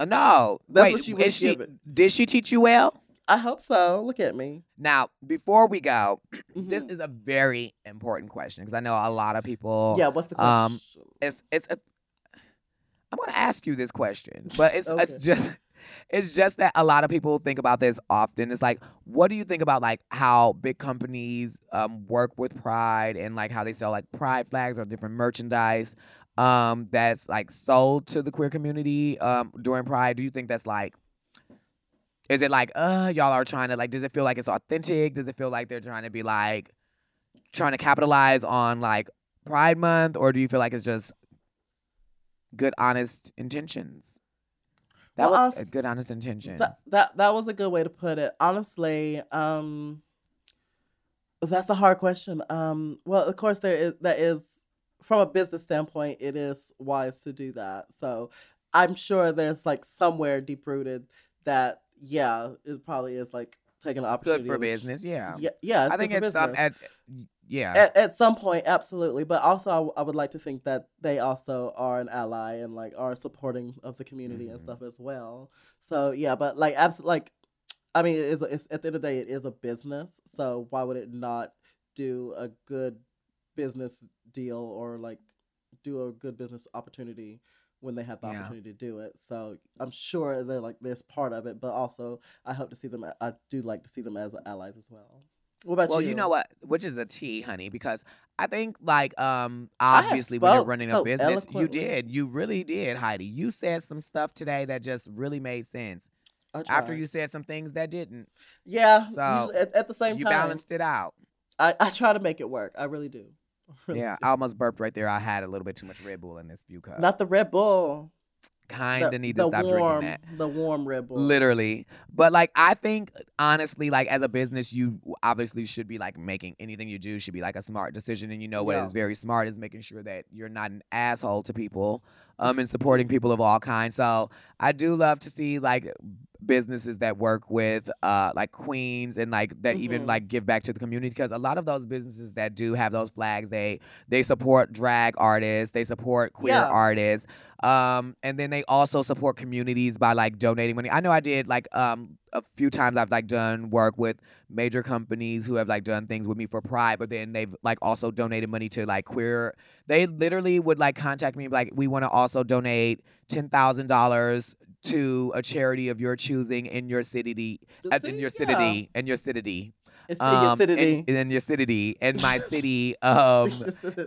S2: Uh, No,
S1: That's
S2: wait,
S1: what she
S2: is
S1: was given.
S2: Did she teach you well?
S1: I hope so. Look at me.
S2: Now, before we go, this
S1: Mhm.
S2: is a very important question because I know a lot of people.
S1: yeah. What's the
S2: um,
S1: question?
S2: it's it's a, I'm gonna ask you this question, but it's
S1: Okay.
S2: it's just it's just that a lot of people think about this often. It's like, what do you think about like how big companies um, work with Pride and like how they sell like Pride flags or different merchandise um, that's like sold to the queer community um, during Pride? Do you think that's like is it like uh y'all are trying to like does it feel like it's authentic does it feel like they're trying to be like trying to capitalize on like pride month or do you feel like it's just good honest intentions that
S1: Well,
S2: was
S1: I'll
S2: a
S1: s-
S2: good honest intentions
S1: That, that that was a good way to put it. Honestly, um, that's a hard question. Um, well, of course there is that is from a business standpoint, it is wise to do that. So I'm sure there's like somewhere deep rooted that yeah, it probably is like taking an
S2: good
S1: opportunity.
S2: for
S1: which-
S2: business yeah,
S1: Yeah, yeah.
S2: i think
S1: good for
S2: it's um,
S1: business.
S2: at, yeah
S1: at, at some point, absolutely. But also, I, w- I would like to think that they also are an ally and like are supporting of the community and
S2: Mhm.
S1: stuff as well. So yeah, but like abs- like, I mean, it is it's, at the end of the day, it is a business. So why would it not do a good business deal or like do a good business opportunity when they have the
S2: Yeah.
S1: opportunity to do it? So I'm sure they're like there's part of it, but also I hope to see them. I do like to see them as allies as well. What about
S2: well
S1: you?
S2: you know what which is a t honey because i think like um
S1: I have
S2: obviously when you're
S1: spoke
S2: running a
S1: so
S2: business you
S1: eloquently.
S2: did you really did heidi you said some stuff today that just really made sense
S1: I
S2: after
S1: tried.
S2: you said some things that didn't.
S1: Yeah.
S2: So,
S1: usually at, at the same
S2: you
S1: time,
S2: balanced it out.
S1: I, I try to make it work. I really do. I really
S2: Yeah,
S1: do.
S2: I almost burped right there. I had a little bit too much Red Bull in this few cups.
S1: Not the Red Bull.
S2: kind
S1: the,
S2: of Uh, need
S1: the
S2: to stop
S1: warm,
S2: drinking that.
S1: The warm Red Bull.
S2: Literally. But like I think honestly, like as a business, you obviously should be like making anything you do should be like a smart decision. And you know what
S1: Yeah.
S2: is very smart is making sure that you're not an asshole to people um and supporting people of all kinds. So I do love to see like businesses that work with uh like queens and like that even
S1: Mhm.
S2: like give back to the community because a lot of those businesses that do have those flags they they support drag artists they support queer
S1: Yeah.
S2: artists um and then they also support communities by like donating money i know i did like um a few times i've like done work with major companies who have like done things with me for pride but then they've like also donated money to like queer they literally would like contact me and be like we want to also donate ten thousand dollars to a charity of your choosing in your city
S1: You
S2: at-
S1: see?
S2: in your
S1: Yeah.
S2: city in your city
S1: It's
S2: um,
S1: in your city.
S2: in, in your city in my city um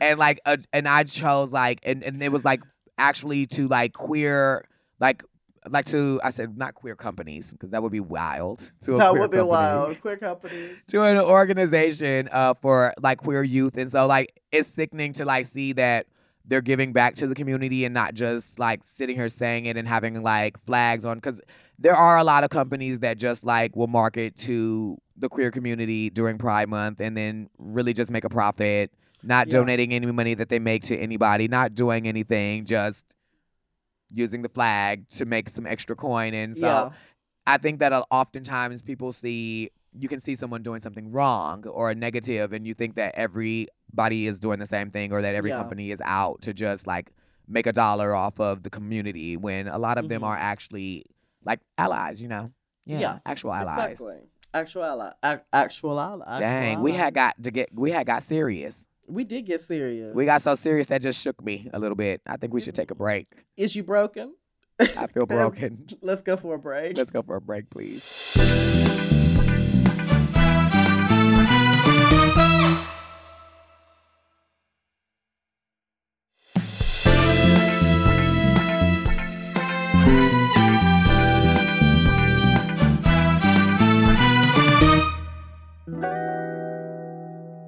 S2: and like a, and I chose like and and it was like actually to like queer like like to I said not queer companies because that would be wild to a
S1: that
S2: queer
S1: would be
S2: company.
S1: wild. Queer companies.
S2: to an organization uh, for like queer youth and so like it's sickening to like see that they're giving back to the community and not just like sitting here saying it and having like flags on because there are a lot of companies that just like will market to the queer community during pride month and then really just make a profit not
S1: Yeah.
S2: donating any money that they make to anybody not doing anything just using the flag to make some extra coin and so
S1: yeah.
S2: I think that uh, oftentimes people see you can see someone doing something wrong or a negative, and you think that everybody is doing the same thing or that every
S1: Yeah.
S2: company is out to just like make a dollar off of the community when a lot of them
S1: Mhm.
S2: are actually like allies, you know?
S1: Yeah,
S2: actual allies.
S1: Exactly. Actual ally. ac- Actual ally.
S2: Dang,
S1: actual
S2: we
S1: ally.
S2: had got to get we had got serious.
S1: We did get serious.
S2: We got so serious that just shook me a little bit. I think we should take a break.
S1: Is you broken?
S2: I feel broken.
S1: Let's go for a break.
S2: Let's go for a break, please.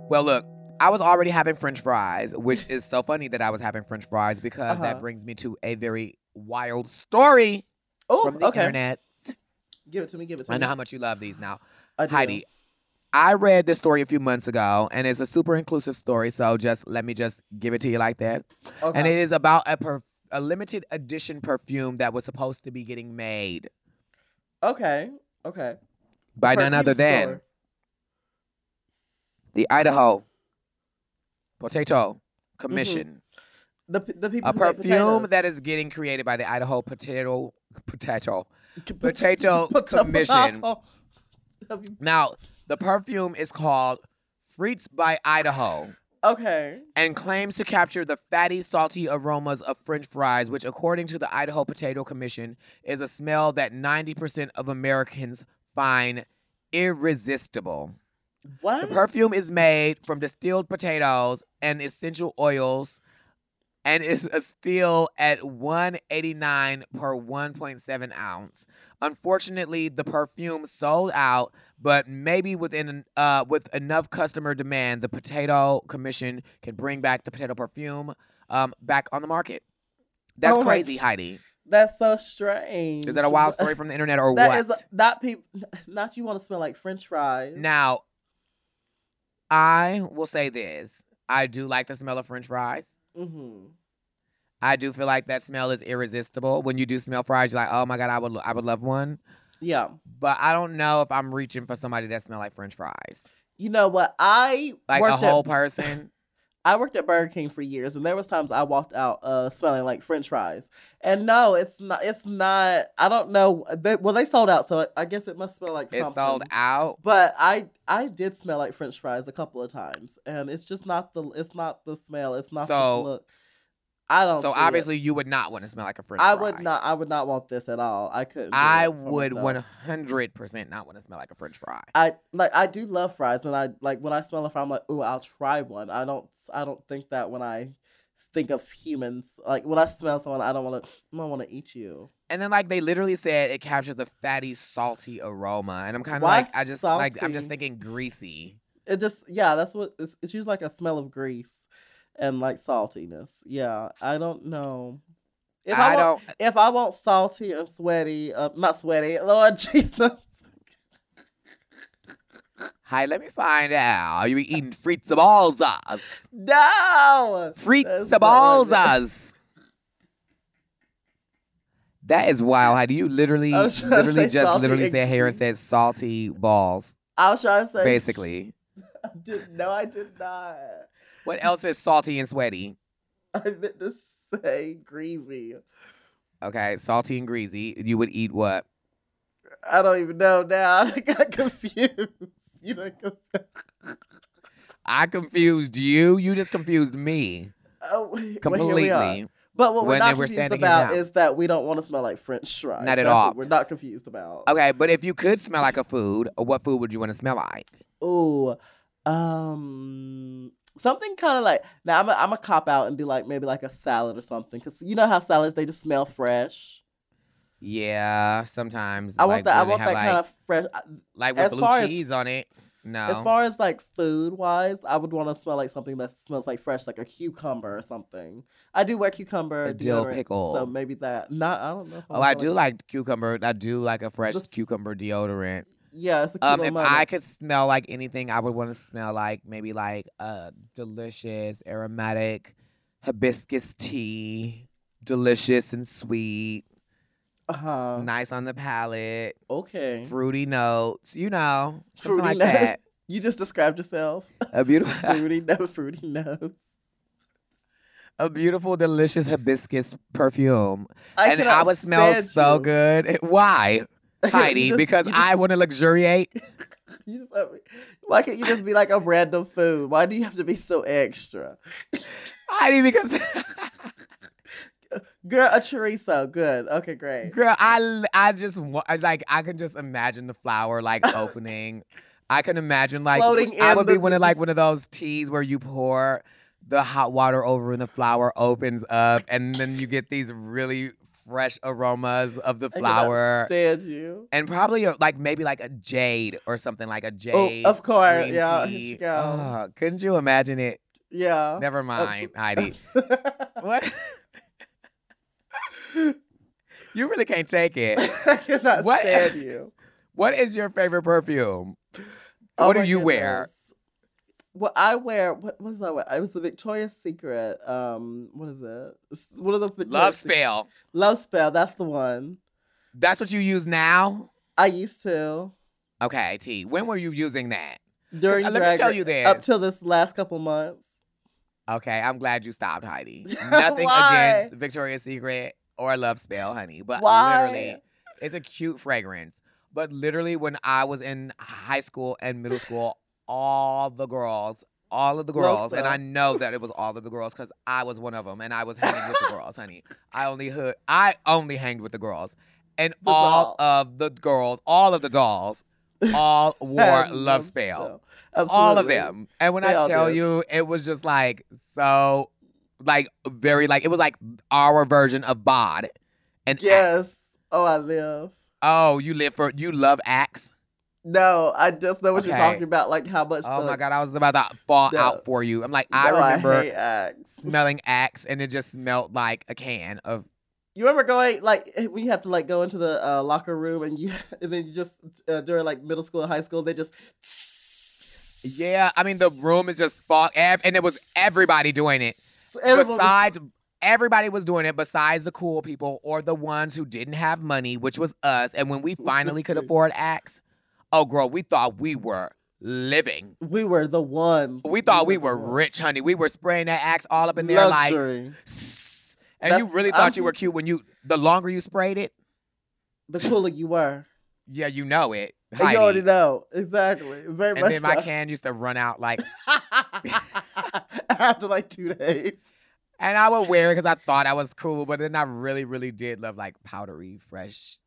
S2: Well, look, I was already having French fries, which is so funny that I was having French fries because
S1: Uh-huh.
S2: that brings me to a very wild story
S1: Oh,
S2: from the
S1: okay.
S2: internet.
S1: Give it to me. Give it to
S2: I
S1: me.
S2: know how much you love these now.
S1: I do.
S2: Heidi, I read this story a few months ago, and it's a super inclusive story. So just let me just give it to you like that.
S1: Okay.
S2: And it is about a perf- a limited edition perfume that was supposed to be getting made
S1: okay. Okay.
S2: by none
S1: Perfume
S2: other than
S1: store.
S2: the Idaho Potato Commission.
S1: the p- the Mm-hmm. people
S2: A
S1: who make
S2: perfume
S1: potatoes.
S2: that is getting created by the Idaho Potato Potato
S1: P- p-
S2: Potato
S1: potato-
S2: Commission.
S1: Have you-
S2: Now, the perfume is called Frites by Idaho.
S1: Okay.
S2: and claims to capture the fatty, salty aromas of french fries, which, according to the Idaho Potato Commission, is a smell that 90% of Americans find irresistible. The
S1: What?
S2: perfume is made from distilled potatoes and essential oils and is a still at 189 per 1.7 ounce. Unfortunately, the perfume sold out, but maybe within an- uh, with enough customer demand, the potato commission can bring back the potato perfume um, back on the market. That's
S1: Oh my-
S2: crazy, Heidi.
S1: That's so strange.
S2: Is that a wild story from the internet or
S1: That is
S2: what?
S1: not people. Not you want to smell like French fries.
S2: Now, I will say this. I do like the smell of french fries.
S1: Mm-hmm.
S2: I do feel like that smell is irresistible. When you do smell fries, you're like, "Oh my god, I would lo- I would love one."
S1: Yeah.
S2: But I don't know if I'm reaching for somebody that smell like french fries.
S1: You know what? I
S2: Like
S1: worked
S2: a whole
S1: at,
S2: person.
S1: I worked at Burger King for years, and there was times I walked out uh, smelling like French fries. And no, it's not. It's not. I don't know. They, well, they sold out, so I guess it must smell like
S2: It's
S1: something.
S2: sold out.
S1: But I I did smell like French fries a couple of times, and it's just not the it's not the smell. It's not
S2: So-
S1: the look. I don't.
S2: So
S1: Oh, see it.
S2: obviously you would not want to smell like a french
S1: I
S2: fry.
S1: would not. I would not want this at all. I couldn't. do
S2: I
S1: it for
S2: would
S1: myself.
S2: 100% not want to smell like a french fry.
S1: I like. I do love fries, and I like when I smell a fry. I'm like, ooh, I'll try one. I don't. I don't think that when I think of humans, like when I smell someone, I don't want to. I don't want to eat you.
S2: And then like they literally said it captured the fatty, salty aroma, and I'm kind of
S1: Why
S2: like I just like I'm just
S1: salty?
S2: thinking greasy.
S1: It just yeah. That's what it's. It's usually like a smell of grease, and like saltiness. Yeah, I don't know. If I,
S2: I
S1: want,
S2: don't.
S1: If I want salty and sweaty, uh, not sweaty, Lord Jesus.
S2: Hi, let me find out. Are you eating frites of all sauce?
S1: No.
S2: Freaks
S1: That's not
S2: of all
S1: what I
S2: us. That is wild. How do you literally,
S1: I was trying to say
S2: literally just
S1: salty
S2: literally
S1: and
S2: said hair and
S1: cute.
S2: said salty balls,
S1: I was trying to say.
S2: basically.
S1: I did, no, I did not.
S2: What else is salty and sweaty?
S1: I meant to say greasy.
S2: Okay, salty and greasy. You would eat what?
S1: I don't even know now. I got confused. You know.
S2: I confused you. You just confused me
S1: Oh, wait, Well, here
S2: completely.
S1: we are. but what we're
S2: When they
S1: not
S2: were
S1: confused
S2: standing here
S1: about
S2: now.
S1: is that we don't want to smell like French fries.
S2: Not at
S1: That's
S2: all.
S1: What we're not confused about.
S2: okay, but if you could smell like a food, what food would you want to smell like?
S1: Ooh, um, something kind of like now. I'm a, I'm a cop out and do like maybe like a salad or something because you know how salads they just smell fresh.
S2: Yeah, sometimes.
S1: I want
S2: like,
S1: that. I
S2: when they
S1: want
S2: have,
S1: that
S2: like, oh.
S1: kind of fresh.
S2: like with
S1: as
S2: blue
S1: far as-
S2: cheese on it. No.
S1: As far as like food wise, I would want to smell like something that smells like fresh, like a cucumber or something. I do wear cucumber
S2: A dill
S1: deodorant,
S2: pickle.
S1: so maybe that. Not, I don't know. if
S2: oh,
S1: I'll
S2: I
S1: smell
S2: do like cucumber. I do like a fresh
S1: Just-
S2: cucumber deodorant.
S1: Yeah, it's a cute
S2: Um,
S1: little
S2: if
S1: moment.
S2: I could smell like anything, I would want to smell like maybe like a delicious aromatic hibiscus tea, delicious and sweet,
S1: uh-huh.
S2: nice on the palate,
S1: okay,
S2: fruity notes, you know, something
S1: Fruity
S2: like
S1: notes.
S2: that.
S1: you just described yourself.
S2: A beautiful,
S1: fruity, no, fruity, no.
S2: a beautiful, delicious hibiscus perfume,
S1: I
S2: and I
S1: cannot
S2: would smell
S1: stand
S2: so
S1: you.
S2: good. Why,
S1: You
S2: Heidi?
S1: just-
S2: because
S1: you just-
S2: I want to luxuriate.
S1: you just have- why can't you just be like a random food? Why do you have to be so extra,
S2: Heidi, because
S1: girl? A chorizo, good. Okay, great.
S2: Girl, I l- I just wa- I, like I can just imagine the flower like opening. I can imagine like
S1: Floating
S2: I
S1: in
S2: would be
S1: the-
S2: one of like one of those teas where you pour the hot water over and the flower opens up, and then you get these really fresh aromas of the
S1: I cannot
S2: flower,
S1: stand you.
S2: and probably a, like maybe like a jade or something like a
S1: Oh,
S2: jade.
S1: of course,
S2: green
S1: yeah. Here
S2: tea.
S1: she go.
S2: Ugh, couldn't you imagine it?
S1: yeah.
S2: Never mind, Heidi. What? you really can't take it.
S1: I cannot
S2: What-
S1: stand you.
S2: What is your favorite perfume?
S1: Oh
S2: what do
S1: my
S2: you wear?
S1: goodness. What I wear, what was I wear? It was the Victoria's Secret. Um, what is it? It's one of the Victoria's
S2: Love
S1: Secret-
S2: spell.
S1: Love spell. That's the one
S2: That's what you use now?
S1: I used to
S2: Okay, T. When were you using that?
S1: during.
S2: Let me
S1: drag
S2: tell
S1: Race-
S2: you this.
S1: Up till this last couple months.
S2: okay, I'm glad you stopped, Heidi. Nothing
S1: Why?
S2: against Victoria's Secret or Love Spell, honey. But
S1: Why?
S2: literally, it's a cute fragrance. But literally, when I was in high school and middle school, all the girls, all of the
S1: Love
S2: girls, and
S1: Spell.
S2: I know that it was all of the girls because I was one of them and I was hanging with the girls, honey. I only hood, I only hanged with the girls, and
S1: The dolls.
S2: all of the girls, all of the dolls, all wore
S1: Had
S2: love spell, all of
S1: Absolutely.
S2: them. And when
S1: They
S2: I
S1: all
S2: tell
S1: did.
S2: you, it was just like so, like very like it was like our version of bod, and Axe.
S1: Yes. Oh, I live.
S2: Oh, you live for you love Axe.
S1: No, I just know what you're
S2: Okay.
S1: talking about. Like how much.
S2: Oh
S1: the,
S2: my god, I was about to fall
S1: the-
S2: out for you. I'm like,
S1: No,
S2: I remember
S1: I hate Axe.
S2: smelling Axe, and it just smelled like a can of.
S1: You remember going like eh, when you have to like go into the uh, locker room and you and then you just uh, during like middle school, high school, they just
S2: Yeah, I mean the room is just fog, ev- and it was everybody doing it.
S1: Everyone was-
S2: besides, everybody was doing it. Besides the cool people or the ones who didn't have money, which was us. And when we
S1: was
S2: finally could
S1: me.
S2: afford Axe, oh girl, we thought we were living.
S1: we were the ones.
S2: We thought we
S1: the
S2: were
S1: ones.
S2: rich, honey. We were spraying that Axe all up in there like.
S1: luxury.
S2: "Sss." And
S1: That's-
S2: you really
S1: I'm-
S2: thought you were cute when you the longer you sprayed it,
S1: the cooler you were.
S2: yeah, you know it.
S1: And You
S2: Heidi.
S1: already know exactly. Very
S2: and
S1: much.
S2: then my
S1: so.
S2: can used to run out like
S1: After like two days.
S2: and I would wear it because I thought I was cool, but then I really, really did love like powdery, fresh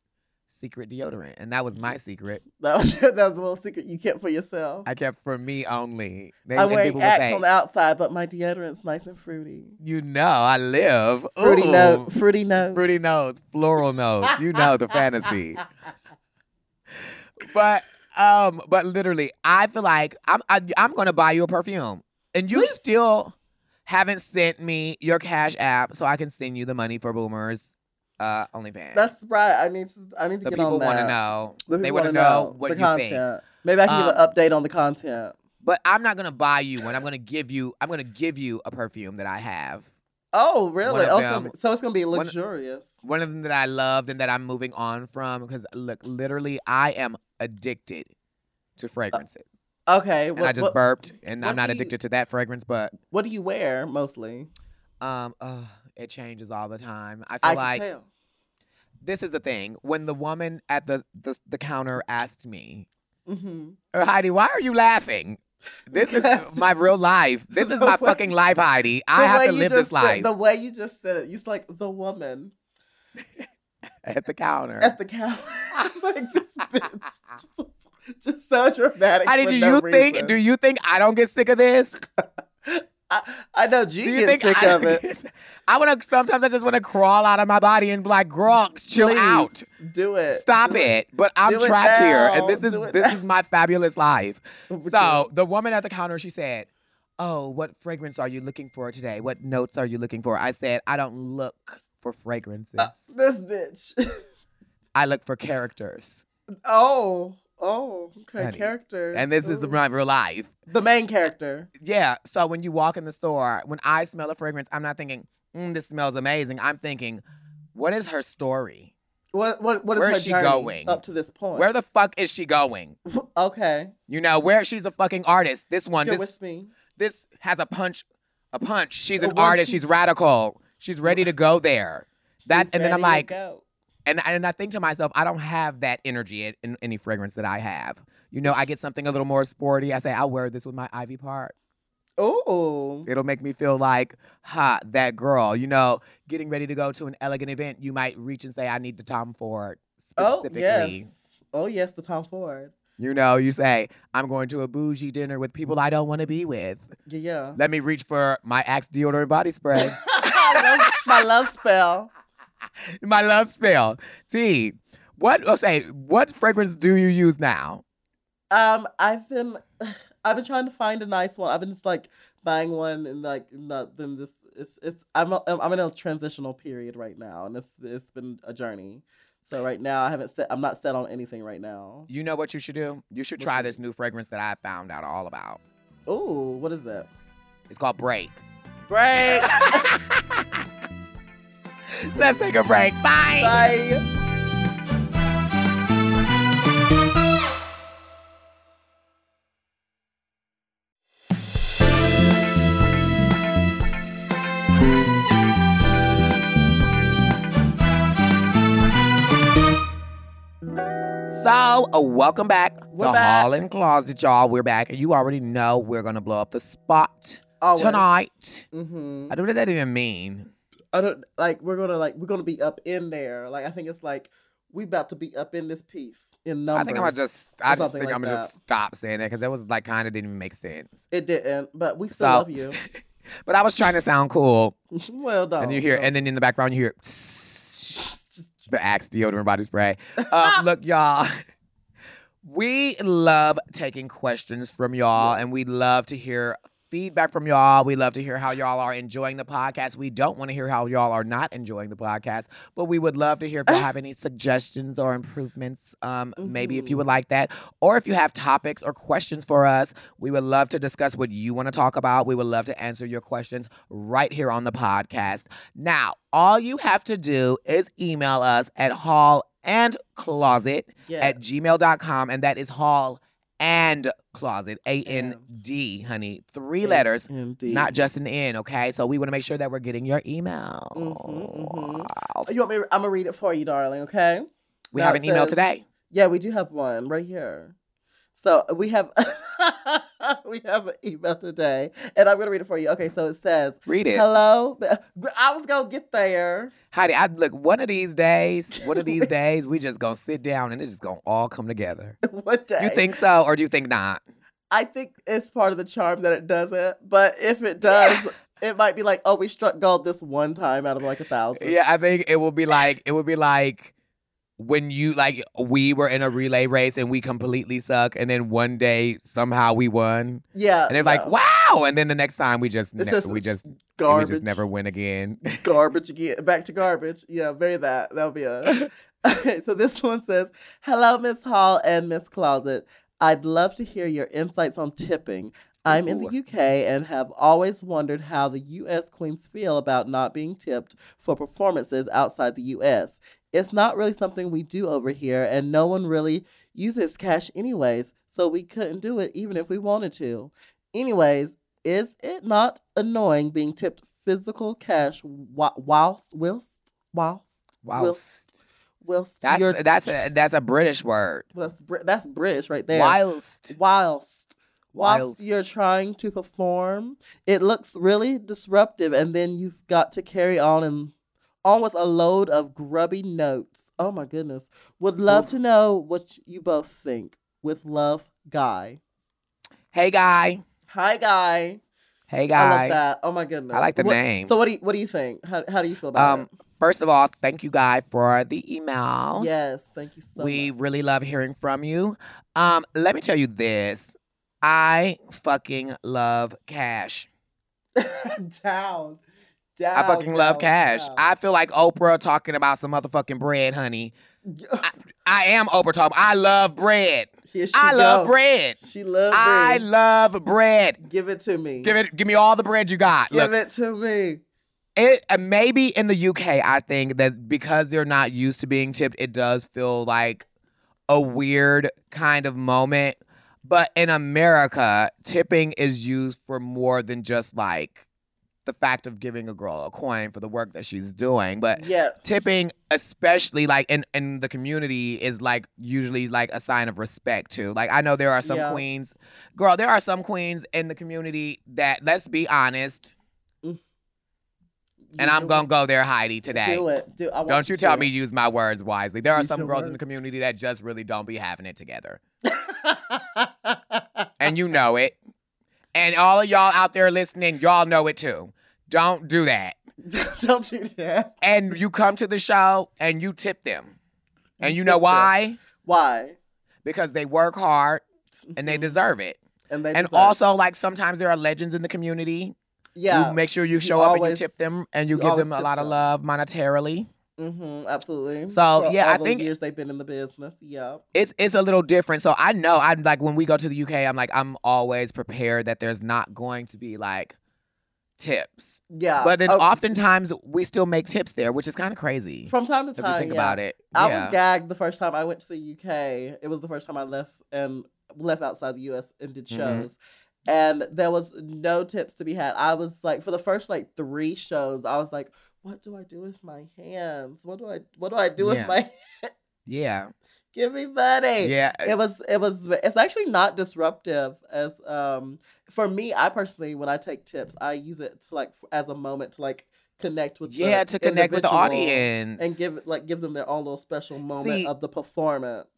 S2: secret deodorant. And that was my secret.
S1: That was, that was a little secret you kept for yourself.
S2: I kept for me only. They-
S1: I'm
S2: and
S1: wearing
S2: people would
S1: Axe
S2: say,
S1: on the outside, but my deodorant's nice and fruity.
S2: You know I live.
S1: Fruity
S2: Ooh,
S1: note. Fruity note.
S2: Fruity notes, floral notes. You know the fantasy. But um, but literally, I feel like I'm I, I'm gonna buy you a perfume, and you
S1: Please.
S2: still haven't sent me your cash app, so I can send you the money for Boomers, uh, OnlyFans.
S1: That's right. I need to. I need to
S2: the
S1: get
S2: people
S1: on that.
S2: want to know.
S1: The
S2: they
S1: people
S2: want to
S1: wanna
S2: know what
S1: the
S2: you
S1: content.
S2: think.
S1: Maybe I can give an
S2: Um,
S1: update on the content.
S2: But I'm not gonna buy you one. I'm gonna give you. I'm gonna give you a perfume that I have.
S1: Oh, really?
S2: of
S1: Oh, it's gonna
S2: them-
S1: be- so it's gonna be
S2: one-
S1: luxurious.
S2: One of them that I loved and that I'm moving on from because look, literally, I am addicted to fragrances.
S1: okay.
S2: and I
S1: Uh, What,
S2: just
S1: what,
S2: burped, and I'm
S1: what
S2: not
S1: do you-
S2: addicted to that fragrance, but
S1: what do you wear mostly?
S2: um, ugh, it changes all the time. I feel
S1: I
S2: like
S1: can tell.
S2: this is the thing. When the woman at the the, the counter asked me,
S1: Mm-hmm.
S2: "Uh, Heidi, why are you laughing? This
S1: Because-
S2: is my real life. This is
S1: The
S2: my
S1: way-
S2: fucking life, Heidi. I have to live this life
S1: the way you just said it, you like the woman
S2: at the counter.
S1: at the counter. like this bitch. Just so dramatic.
S2: Heidi,
S1: for
S2: do
S1: no
S2: you think?
S1: reason.
S2: Do you think I don't get sick of this?
S1: I, I know G
S2: Do you
S1: gets
S2: think
S1: sick
S2: I,
S1: of it.
S2: I want to. Sometimes I just want to crawl out of my body and be like, "Gronks, chill
S1: Please,
S2: out,
S1: Do it.
S2: stop
S1: Do
S2: it." But I'm
S1: Do it
S2: trapped here, and
S1: now.
S2: this is
S1: Do it
S2: this
S1: now.
S2: is my fabulous life.
S1: it.
S2: So the woman at the counter, she said, "Oh, what fragrance are you looking for today? What notes are you looking for?" I said, "I don't look for fragrances.
S1: this bitch.
S2: I look for characters."
S1: Oh, oh, okay,
S2: Honey.
S1: character.
S2: And this is
S1: Ooh.
S2: my real life.
S1: the main character.
S2: Yeah. So when you walk in the store, when I smell a fragrance, I'm not thinking, mm, "This smells amazing." I'm thinking, "What is her story?
S1: What what what is
S2: Where's
S1: her
S2: she
S1: journey
S2: going?
S1: up to this point?
S2: Where the fuck is she going?"
S1: okay,
S2: You know, where she's a fucking artist. This one,
S1: Here
S2: this
S1: with me.
S2: this has a punch, a punch. She's
S1: A
S2: an
S1: one,
S2: artist.
S1: two.
S2: She's radical. She's ready to go there. That
S1: She's
S2: and then I'm
S1: ready
S2: like,
S1: to go.
S2: and and I think to myself, I don't have that energy in, in any fragrance that I have. You know, I get something a little more sporty. I say I'll wear this with my Ivy Park.
S1: Ooh.
S2: It'll make me feel like, ha, that girl. You know, getting ready to go to an elegant event, you might reach and say, I need the Tom Ford
S1: Oh
S2: specifically.
S1: yes. Oh yes, the Tom Ford.
S2: You know, you say, I'm going to a bougie dinner with people I don't want to be with.
S1: Yeah.
S2: Let me reach for my Axe deodorant body spray.
S1: I love- my love spell.
S2: my love spell. T, what okay, what fragrance do you use now?
S1: Um, I've been, I've been trying to find a nice one. I've been just like buying one and like not then this. It's it's I'm a, I'm in a transitional period right now, and it's it's been a journey. So right now, I haven't set. I'm not set on anything right now.
S2: You know what you should do? You should
S1: What's
S2: try
S1: that?
S2: this new fragrance that I found out all about.
S1: Ooh, what is that?
S2: It's called Break.
S1: Break.
S2: Let's take a break. Bye.
S1: Bye.
S2: So, uh, welcome back
S1: We're
S2: to
S1: back.
S2: Hall and Closet, y'all. We're back, and you already know we're gonna blow up the spot
S1: Always.
S2: tonight.
S1: Mm-hmm.
S2: I don't know what that even mean.
S1: I don't like. We're gonna like. We're gonna be up in there. Like I think it's like we about to be up in this piece in numbers.
S2: I think I'm gonna just. I
S1: or
S2: just
S1: something
S2: think
S1: like
S2: I'm gonna just stop saying that because that was like kind of didn't even make sense.
S1: It didn't, but we still
S2: So-
S1: love you.
S2: But I was trying to sound cool,
S1: well done.
S2: and you hear, and then in the background you hear the Axe deodorant body spray. Um, look, y'all. We love taking questions from y'all, and we love to hear feedback from y'all. We love to hear how y'all are enjoying the podcast. We don't want to hear how y'all are not enjoying the podcast, but we would love to hear if you have any suggestions or improvements. Um, Maybe if you would like that, or if you have topics or questions for us, we would love to discuss what you want to talk about. We would love to answer your questions right here on the podcast. Now, all you have to do is email us at hall and closet
S1: yeah.
S2: at gmail.com and that is hall and closet a-n-d honey three letters
S1: Indeed.
S2: not just an n okay so we want to make sure that we're getting your email
S1: Mhm,
S2: Mm-hmm,
S1: Oh, You want me? I'm gonna read it for you, darling. Okay.
S2: we
S1: Now
S2: have
S1: it
S2: an email
S1: says-
S2: today
S1: Yeah, we do have one right here. So we have we have an email today, and I'm gonna read it for you. Okay, so it says,
S2: read it
S1: "Hello." I was gonna get there.
S2: heidi i look one of these days one of these days we just gonna sit down and it's just gonna all come together
S1: One day.
S2: you think so or do you think not
S1: I think it's part of the charm that it doesn't, but if it does, it might be like, oh, we struck gold this one time out of like a thousand.
S2: Yeah, I think it will be like it would be like when you like we were in a relay race and we completely suck, and then one day somehow we won,
S1: yeah.
S2: and it's like
S1: no.
S2: wow, and then the next time we just,
S1: It's
S2: ne-
S1: just
S2: we just we
S1: Garbage.
S2: just never win again.
S1: garbage again. Back to garbage. Yeah, very that. That'll be a. Okay, so this one says, "Hello, Miss Hall and Miss Closet. I'd love to hear your insights on tipping. I'm in
S2: Ooh.
S1: the UK and have always wondered how the US queens feel about not being tipped for performances outside the US. It's not really something we do over here, and no one really uses cash anyways, so we couldn't do it even if we wanted to. Anyways, is it not annoying being tipped physical cash whi- whilst whilst whilst
S2: Wow,
S1: Whilst- whilst
S2: that's
S1: you're-
S2: that's a, that's a British word.
S1: well, that's Brit- that's British right there.
S2: Whilst
S1: Whilst whilst
S2: Whilst.
S1: you're trying to perform, it looks really disruptive, and then you've got to carry on and on with a load of grubby notes. Oh my goodness! Would love to know what you both think. With love, guy.
S2: hey guy,
S1: Hi, guy. I
S2: Hey
S1: love
S2: guy.
S1: that. Oh my goodness.
S2: I like the
S1: What-
S2: name.
S1: So what do you, what do you think? How, how do you feel about
S2: Um, first of all, thank you guy for the email.
S1: it? Yes, thank you so
S2: we
S1: much.
S2: really love hearing from you. Um, let me tell you this. I fucking love cash.
S1: down, down.
S2: I fucking love
S1: down,
S2: cash.
S1: down.
S2: I feel like Oprah talking about some motherfucking bread, honey. I am Oprah talking. I love bread.
S1: Here she
S2: I love
S1: go.
S2: bread.
S1: She love
S2: I
S1: bread.
S2: love bread.
S1: Give it to me.
S2: Give it. Give me all the bread you got.
S1: Give
S2: Look,
S1: it to me.
S2: it, uh, maybe in the UK, I think that because they're not used to being tipped, it does feel like a weird kind of moment. But in America, tipping is used for more than just like the fact of giving a girl a coin for the work that she's doing. But
S1: Yes.
S2: tipping especially like in, in the community is like usually like a sign of respect too like i know there are some
S1: Yeah.
S2: queens girl there are some queens in the community that let's be honest and
S1: You
S2: i'm
S1: do
S2: gonna
S1: it.
S2: go there heidi today
S1: Do it. Do, I want
S2: don't you
S1: to
S2: tell
S1: do
S2: me
S1: it.
S2: use my words wisely there are
S1: Use
S2: some
S1: your
S2: girls in the
S1: words.
S2: community that just really don't be having it together and you know it and all of y'all out there listening y'all know it too don't do that
S1: Don't do that.
S2: and you come to the show and you tip them and you, know
S1: tip them.
S2: why
S1: Why?
S2: because they work hard and they deserve it.
S1: And Mm-hmm. they
S2: and
S1: deserve-
S2: also, like sometimes there are legends in the community.
S1: yeah.
S2: You make sure you show up and you
S1: always-
S2: tip them and you,
S1: you
S2: give
S1: always
S2: them a
S1: tip
S2: lot of
S1: them.
S2: love monetarily.
S1: hmm absolutely.
S2: So,
S1: For
S2: yeah, I
S1: all the
S2: think-
S1: years they've been in the business. Yeah.
S2: It's it's a little different. So I know I'm like when we go to the UK, I'm like I'm always prepared that there's not going to be like tips.
S1: Yeah.
S2: But then
S1: Oh,
S2: oftentimes we still make tips there, which is kind of crazy
S1: from time to
S2: if
S1: time,
S2: you think
S1: yeah.
S2: about it.
S1: I
S2: Yeah.
S1: was gagged the first time I went to the UK. It was the first time I left and left outside the US and did
S2: Mhm.
S1: shows. And there was no tips to be had. I was like for the first like three shows, I was like, what do I do with my hands? What do I what do I do
S2: Yeah.
S1: with my
S2: yeah.
S1: give me money?
S2: Yeah.
S1: It was it was it's actually not disruptive as um for me I personally when I take tips I use it to like as a moment to like connect with the
S2: Yeah, to connect with the
S1: individual
S2: audience
S1: and give like give them their own little special moment
S2: See-
S1: of the performance.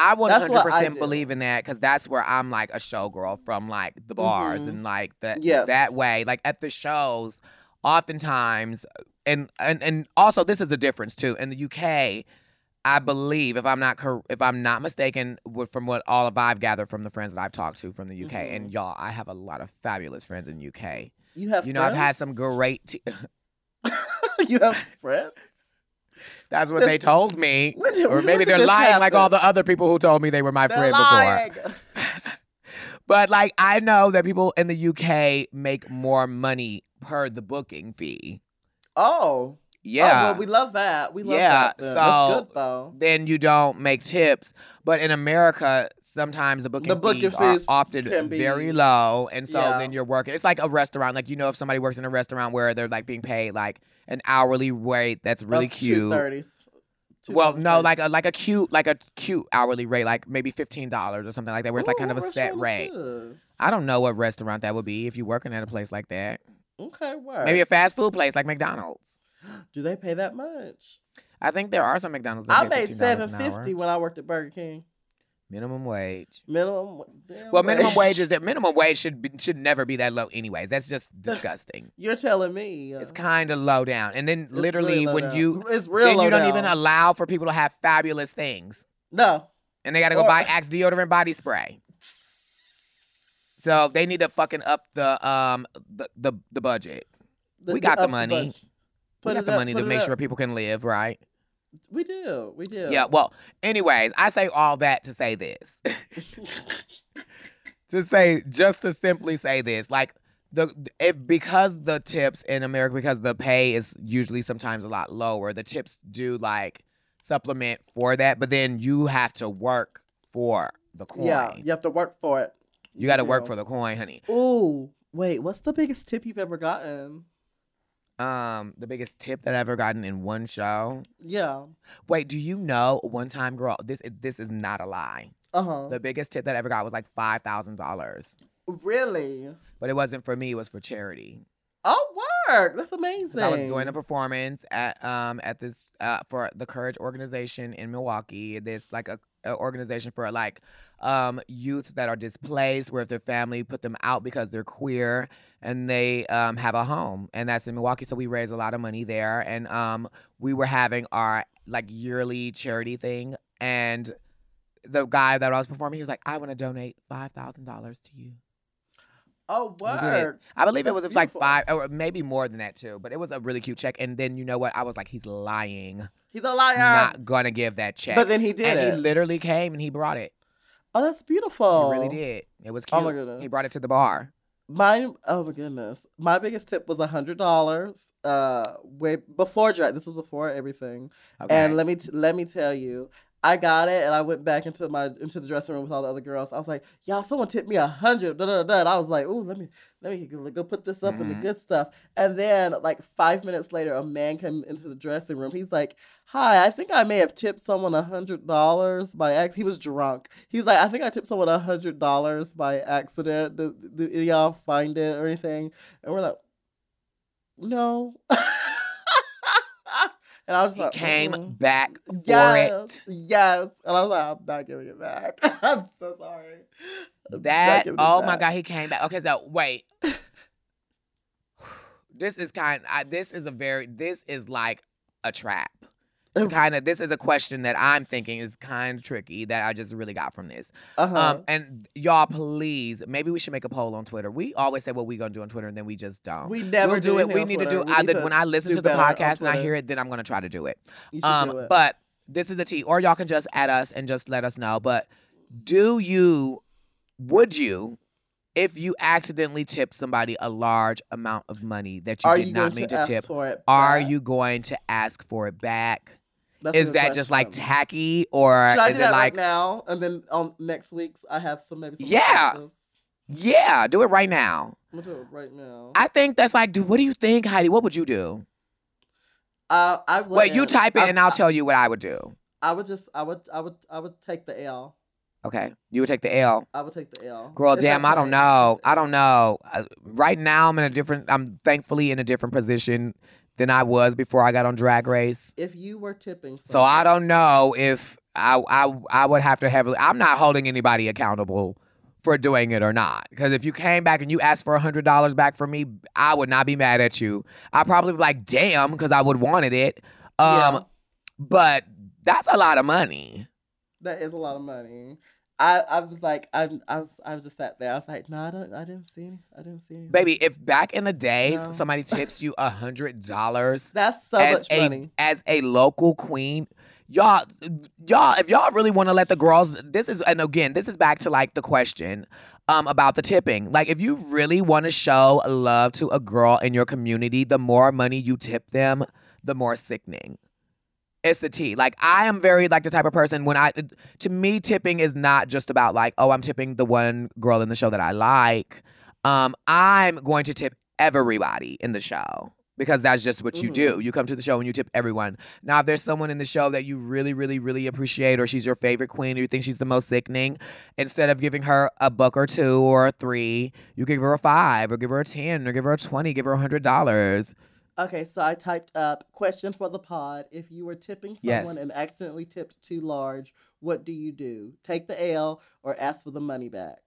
S2: I
S1: That's what I
S2: 100%
S1: do.
S2: believe in that because that's where I'm like a showgirl from like the bars
S1: Mhm.
S2: and like that
S1: Yes.
S2: that way. Like at the shows, oftentimes, and and and also this is the difference too. In the UK, I believe if I'm not cor- if I'm not mistaken, with, from what all of I've gathered from the friends that I've talked to from the UK,
S1: Mm-hmm.
S2: and y'all, I have a lot of fabulous friends in UK.
S1: You have
S2: You know, I've had some
S1: friends?
S2: great. T-
S1: you have friends.
S2: that's what
S1: This-
S2: they told me.
S1: When did-
S2: Or
S1: when
S2: maybe
S1: did
S2: they're
S1: this
S2: lying like all
S1: happen?
S2: the other people who told me they were my
S1: They're
S2: friend before.
S1: lying.
S2: But like I know that people in the UK make more money per the booking fee.
S1: Oh, oh,
S2: Yeah.
S1: well, we love that. We love
S2: Yeah,
S1: that. then. That's
S2: so
S1: good though.
S2: then you don't make tips. But in America, sometimes the booking,
S1: The booking
S2: fees,
S1: fees
S2: are often
S1: can be-
S2: very low. And so
S1: Yeah.
S2: then you're working. It's like a restaurant. Like you know if somebody works in a restaurant where they're like being paid like an hourly rate that's really cute.
S1: Thirties.
S2: Well, no, like a like a cute like a cute hourly rate, like maybe fifteen dollars or something like that, where it's like kind of a set rate. I don't know what restaurant that would be if you're working at a place like that.
S1: Okay, where?
S2: Maybe a fast food place like McDonald's.
S1: do they pay that much?
S2: I think there are some McDonald's. That
S1: I
S2: pay
S1: made
S2: $15
S1: seven
S2: an hour.
S1: fifty when I worked at Burger King.
S2: Minimum wage.
S1: Minimum. damn
S2: Well, minimum wage is that minimum wage should be, should never be that low, anyways. That's just disgusting.
S1: You're telling me uh,
S2: It's kind of low down, and then
S1: it's really
S2: literally
S1: low
S2: when
S1: down.
S2: you
S1: it's real
S2: then you
S1: low
S2: don't even
S1: down.
S2: allow for people to have fabulous things,
S1: no
S2: and they got to go
S1: Or-
S2: buy Axe deodorant body spray. So they need to fucking up the um the the, the budget. We got the
S1: up
S2: money.
S1: budget.
S2: We
S1: Put
S2: got
S1: it
S2: the
S1: up,
S2: money
S1: put
S2: to
S1: it
S2: make
S1: up.
S2: sure people can live, right?
S1: we do. We do.
S2: yeah. Well, anyways, I say all that to say this. to say just to simply say this like the if because the tips in america because the pay is usually sometimes a lot lower the tips do like supplement for that but then you have to work for the coin
S1: Yeah. You have to work for it.
S2: you got to work for the coin honey
S1: the. Ooh. Wait, what's the biggest tip you've ever gotten?
S2: um the biggest tip that i've ever gotten in one show
S1: Yeah.
S2: wait do you know one time girl this is this is not a lie
S1: Uh huh.
S2: the biggest tip that i ever got was like $5000
S1: Really?
S2: but it wasn't for me it was for charity
S1: Oh, work. That's amazing.
S2: 'Cause I was doing a performance at um at this uh for the Courage organization in Milwaukee. This like a, uh, organization for like um, youth that are displaced, where if their family put them out because they're queer and they um, have a home, and that's in Milwaukee. So we raise a lot of money there, and um, we were having our like yearly charity thing, and the guy that I was performing, he was like, "I want to donate five thousand dollars to you."
S1: Oh,
S2: We did.
S1: word.
S2: I believe it
S1: That's
S2: was, it was like
S1: beautiful.
S2: five or maybe more than that too, but it was a really cute check. And then you know what? I was like, he's lying.
S1: He's a liar.
S2: Not gonna give that check.
S1: but then he did
S2: and
S1: it.
S2: he literally came and he brought it.
S1: oh, that's beautiful.
S2: He really did. It was cute.
S1: Oh my goodness.
S2: He brought it to the bar.
S1: My oh my goodness. My biggest tip was a hundred dollars. Uh, way before drag. This was before everything.
S2: Okay.
S1: And let me t- let me tell you, I got it, and I went back into my into the dressing room with all the other girls. I was like, y'all, someone tipped me a hundred. Da, da, da, da. And I was like, ooh, let me let me go go put this up in the
S2: Mhm.
S1: good stuff. And then like five minutes later, a man came into the dressing room. He's like, hi, I think I may have tipped someone a hundred dollars by accident. He was drunk. He was like, I think I tipped someone a hundred dollars by accident. Do, do y'all find it or anything? And we're like, no. and I was
S2: he
S1: like,
S2: came
S1: "Mm."
S2: back for
S1: Yes,
S2: it.
S1: yes. And I was like, I'm not giving it back. I'm so sorry. I'm not
S2: That
S1: giving it
S2: oh my
S1: back.
S2: god, he came back. Okay, so wait. this is kind. I, this is a very. This is like a trap.
S1: Um,
S2: Kind of. This is a question that I'm thinking is kind of tricky that I just really got from this.
S1: Uh-huh.
S2: Um, and y'all, please, maybe we should make a poll on Twitter. We always say what we gonna do on Twitter, and then we just don't.
S1: we never
S2: um, we'll do it.
S1: anything
S2: We
S1: on
S2: need to
S1: Twitter.
S2: do.
S1: We
S2: I,
S1: need
S2: when I listen
S1: do
S2: to the
S1: better on
S2: podcast and I
S1: Twitter.
S2: hear it, then I'm gonna try to do it.
S1: you should
S2: Um,
S1: do it.
S2: but this is the tea, or y'all can just at us and just let us know. But do you, would you, if you accidentally tip somebody a large amount of money that you
S1: are
S2: did
S1: you
S2: not
S1: going
S2: mean
S1: to,
S2: to,
S1: ask
S2: tip,
S1: for it?
S2: are
S1: back?
S2: you going to ask for it back?
S1: That's a
S2: Is
S1: good
S2: that just like
S1: question.
S2: tacky, or
S1: Should I do
S2: is
S1: that
S2: it
S1: right
S2: like,
S1: now and then on next week's I have some maybe some
S2: Yeah.
S1: responses?
S2: yeah, do it right now?
S1: I'm gonna do it right now.
S2: I think that's like, do, what do you think, Heidi? What would you do?
S1: uh, I
S2: Wait, you
S1: wouldn't.
S2: type it,
S1: I-
S2: and I'll
S1: I-
S2: tell you what I would do.
S1: I would just I would I would I would take the L.
S2: Okay, you would take the L.
S1: I would take the L.
S2: Girl,
S1: It's
S2: damn,
S1: not
S2: I don't
S1: playing.
S2: know. I don't know. Uh, right now, I'm in a different. I'm thankfully in a different position than I was before I got on Drag Race.
S1: If you were tipping,
S2: So I
S1: someone-
S2: don't know if I I I would have to heavily. I'm not holding anybody accountable for doing it or not. Because if you came back and you asked for hundred dollars back from me, I would not be mad at you. I probably be like, damn, because I would wanted it. Um,
S1: Yeah.
S2: but that's a lot of money.
S1: That is a lot of money. I, I was like I I was I was just sat there. I was like, no, I don't I didn't see any, I didn't see anything.
S2: Baby, if back in the days
S1: No.
S2: somebody tips you a hundred dollars
S1: That's so
S2: as
S1: much
S2: a
S1: money.
S2: as a local queen. Y'all, y'all, if y'all really want to let the girls, this is, and again, this is back to like the question um, about the tipping. Like, if you really want to show love to a girl in your community, the more money you tip them, the more sickening. It's the tea. Like, I am very like the type of person when I, to me, tipping is not just about like, oh, I'm tipping the one girl in the show that I like. Um, I'm going to tip everybody in the show because that's just what you
S1: Mhm.
S2: do. You come to the show and you tip everyone. Now, if there's someone in the show that you really, really, really appreciate, or she's your favorite queen, or you think she's the most sickening, instead of giving her a buck or two or a three, you give her a five, or give her a ten, or give her a twenty, give her a hundred dollars.
S1: Okay, so I typed up question for the pod. If you were tipping
S2: Yes.
S1: someone and accidentally tipped too large, what do you do? Take the L or ask for the money back?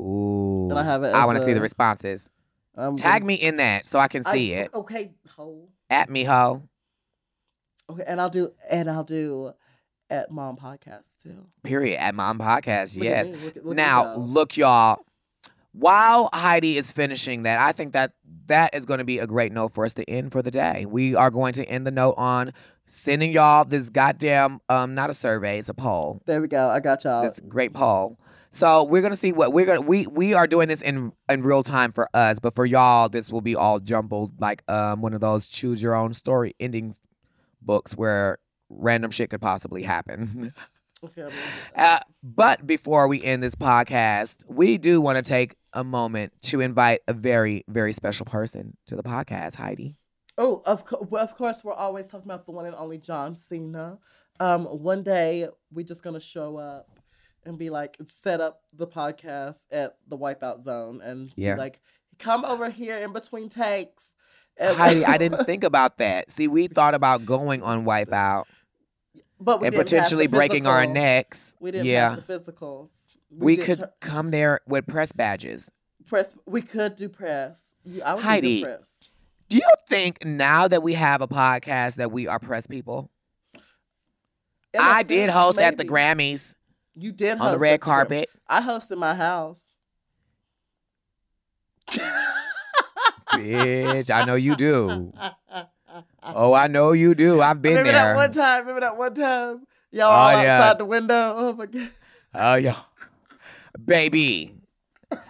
S2: Ooh,
S1: I have it
S2: I
S1: as
S2: want to see the
S1: a-
S2: responses.
S1: I'm
S2: Tag
S1: gonna-
S2: me in that so I can
S1: I-
S2: see it.
S1: Okay, ho.
S2: At me, ho.
S1: Okay, and I'll do and I'll do at mom podcast too.
S2: Period. At mom podcast.
S1: Look at
S2: yes.
S1: me, look at- look at
S2: Now,
S1: y'all.
S2: look, y'all. While Heidi is finishing that, I think that that is going to be a great note for us to end for the day. We are going to end the note on sending y'all this goddamn um not a survey, it's a poll.
S1: There we go. I got y'all.
S2: Uh, This great poll. So we're gonna see what we're gonna we we are doing this in in real time for us, but for y'all this will be all jumbled like um one of those choose your own story endings books where random shit could possibly happen.
S1: Okay, I'm gonna get that.
S2: Uh, but before we end this podcast, we do want to take a moment to invite a very, very special person to the podcast, Heidi.
S1: Oh, of co- well, of course, we're always talking about the one and only John Cena. Um, one day we're just gonna show up and be like, set up the podcast at the Wipeout Zone, and be
S2: Yeah.
S1: like, come over here in between takes. And
S2: Heidi, I didn't think about that. See, we thought about going on Wipeout.
S1: But we
S2: and
S1: didn't pass the
S2: potentially breaking our
S1: physical.
S2: necks.
S1: We didn't
S2: yeah,
S1: pass the physicals.
S2: we,
S1: did
S2: could
S1: tur-
S2: come there with press badges.
S1: press. We could do press. You- I would do
S2: Heidi.
S1: press.
S2: Do you think now that we have a podcast that we are press people?
S1: In a
S2: I did
S1: sense,
S2: host at the
S1: maybe.
S2: Grammys
S1: You did host
S2: on the
S1: at
S2: red
S1: Gram-
S2: carpet.
S1: I host in my house.
S2: Bitch, I know you do. Oh, I know you do. I've been
S1: remember
S2: there.
S1: that one time? Remember that one time? Y'all
S2: Oh,
S1: all
S2: yeah.
S1: outside the window. Oh my god!
S2: Oh yeah, baby.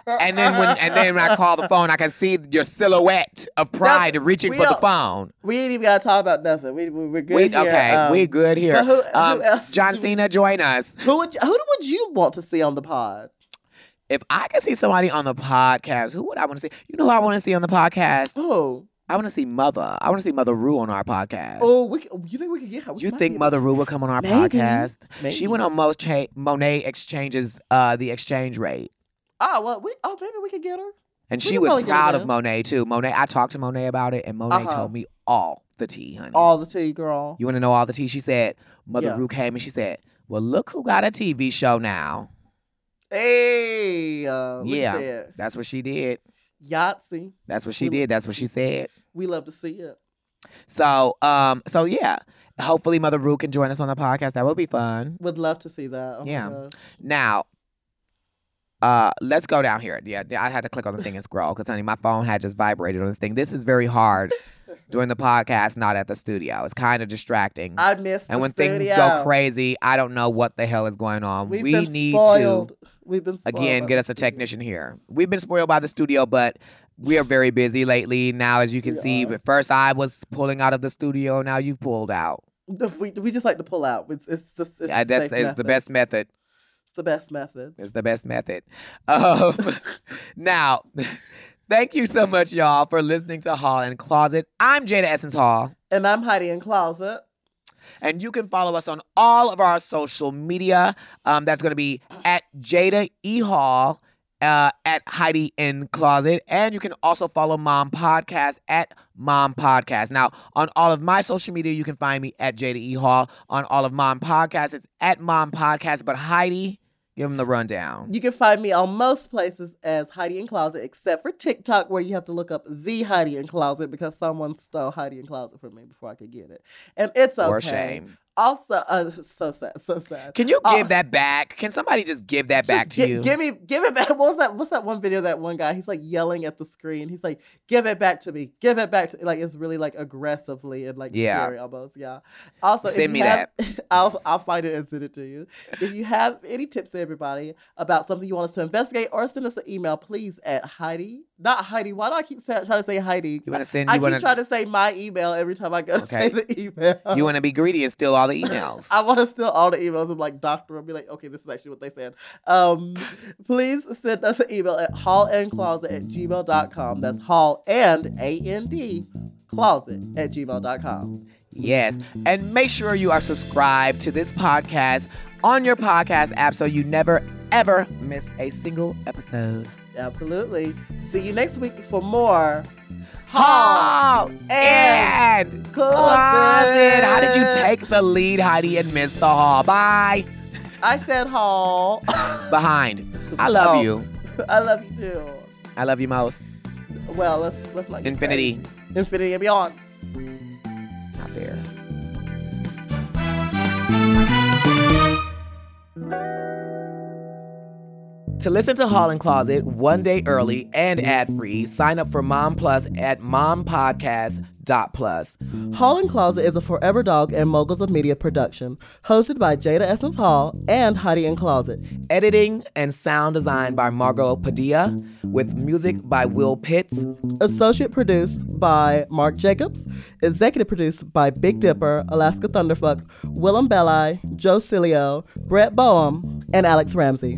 S2: And then when and then when I call the phone, I can see your silhouette of pride reaching
S1: we
S2: for the
S1: don't-
S2: phone.
S1: we ain't even gotta talk about nothing. We we we're good.
S2: We,
S1: here.
S2: okay,
S1: um,
S2: we good here.
S1: But who,
S2: Um,
S1: who else?
S2: John Cena, join us.
S1: Who would you, who would you want to see on the pod?
S2: If I could see somebody on the podcast, who would I want to see? You know who I want to see on the podcast?
S1: Who?
S2: I want to see Mother. I want to see Mother Rue on our podcast.
S1: Oh, we. c- You think we could get her? We
S2: you
S1: might
S2: think
S1: be-
S2: Mother Rue would come on our
S1: Maybe.
S2: podcast? She
S1: maybe.
S2: went on most cha- Monet exchanges uh, the exchange rate,
S1: Oh well, we. Oh, maybe we could get her.
S2: and
S1: We
S2: she
S1: could
S2: was
S1: probably get her
S2: proud of
S1: down.
S2: Monet too. Monet, I talked to Monet about it, and Monet
S1: Uh-huh.
S2: told me all the tea, honey.
S1: All the tea, girl.
S2: You want to know all the tea? She said, Mother
S1: Yeah.
S2: Rue came and she said, Well, look who got a TV show now.
S1: Hey, uh, we
S2: Yeah.
S1: there.
S2: That's what she did.
S1: Yahtzee.
S2: That's what she
S1: We-
S2: did. That's what she said.
S1: We love to see it.
S2: So, um, so yeah. Hopefully Mother Rue can join us on the podcast. That would be fun.
S1: Would love to see that. Oh my
S2: Yeah.
S1: gosh.
S2: Now, uh, let's go down here. Yeah, I had to click on the thing and scroll because honey, my phone had just vibrated on this thing. This is very hard doing the podcast, not at the studio. It's kind of distracting.
S1: I miss.
S2: and
S1: the
S2: when
S1: studio.
S2: things go crazy, I don't know what the hell is going on.
S1: We've
S2: we
S1: been
S2: need to
S1: spoiled. We've been spoiled
S2: again
S1: by
S2: get
S1: the
S2: us a
S1: studio.
S2: technician here we've been spoiled by the studio but we are very busy lately now as you can
S1: We
S2: see
S1: are.
S2: but first i was pulling out of the studio now you've pulled out
S1: We, we just like to pull out. It's, it's, the- it's,
S2: Yeah,
S1: the
S2: that's
S1: safe
S2: it's the
S1: method.
S2: best method
S1: It's the best method.
S2: it's the best method um, now thank you so much y'all for listening to hall and closet i'm jada essence hall
S1: And I'm hiding in closet.
S2: and you can follow us on all of our social media. Um, that's going to be at Jada E Hall, uh, at Heidi in Closet, and you can also follow Mom Podcast at Mom Podcast. Now, on all of my social media, you can find me at Jada E Hall. On all of Mom Podcast, it's at Mom Podcast. But Heidi, give them the rundown.
S1: You can find me on most places as Heidi in Closet, except for TikTok, where you have to look up the Heidi in Closet because someone stole Heidi in Closet from me before I could get it. And it's okay.
S2: For shame.
S1: Also, uh, so sad, so sad.
S2: Can you
S1: Oh.
S2: give that back? Can somebody just give that back
S1: Just
S2: to
S1: gi-
S2: you?
S1: Give me, give it back. What was that? What's that one video? That one guy, he's like yelling at the screen. He's like, "Give it back to me! Give it back to like." It's really like aggressively and like
S2: Yeah.
S1: scary almost. Yeah. Also, if
S2: Send
S1: you
S2: me
S1: have, that. I'll I'll find it and send it to you. If you have any tips, everybody, about something you want us to investigate, or send us an email, please at Heidi. Not Heidi. Why do I keep saying, trying to say Heidi?
S2: you want to send?
S1: I
S2: You
S1: keep
S2: want
S1: trying
S2: to?
S1: to say my email every time I go to say
S2: Okay.
S1: the email.
S2: You want to be greedy and steal all the emails?
S1: I want to steal all the emails of like doctor and be like, okay, this is actually what they said. Um, please send us an email at hallandcloset at gmail.com. That's hall and A-N-D closet at gmail.com.
S2: Yes. And make sure you are subscribed to this podcast on your podcast app so you never, ever miss a single episode.
S1: Absolutely. See you next week for more
S2: Hall and
S1: closet.
S2: closet. How did you take the lead, Heidi, and miss the hall? Bye.
S1: I said hall.
S2: Behind. I love
S1: Oh.
S2: you.
S1: I love you too.
S2: I love you most.
S1: Well, let's let's not get
S2: Infinity.
S1: crazy. infinity and beyond.
S2: Not there. To listen to Hall and Closet one day early and ad free, sign up for Mom Plus at mompodcast.plus.
S1: Hall and Closet is a Forever Dog and Moguls of Media production, hosted by Jada Essence Hall and Heidi and Closet.
S2: Editing and sound design by Margot Padilla, with music by Will Pitts.
S1: Associate produced by Mark Jacobs. Executive produced by Big Dipper, Alaska Thunderfuck, Willem Belli, Joe Cilio, Brett Boehm, and Alex Ramsey.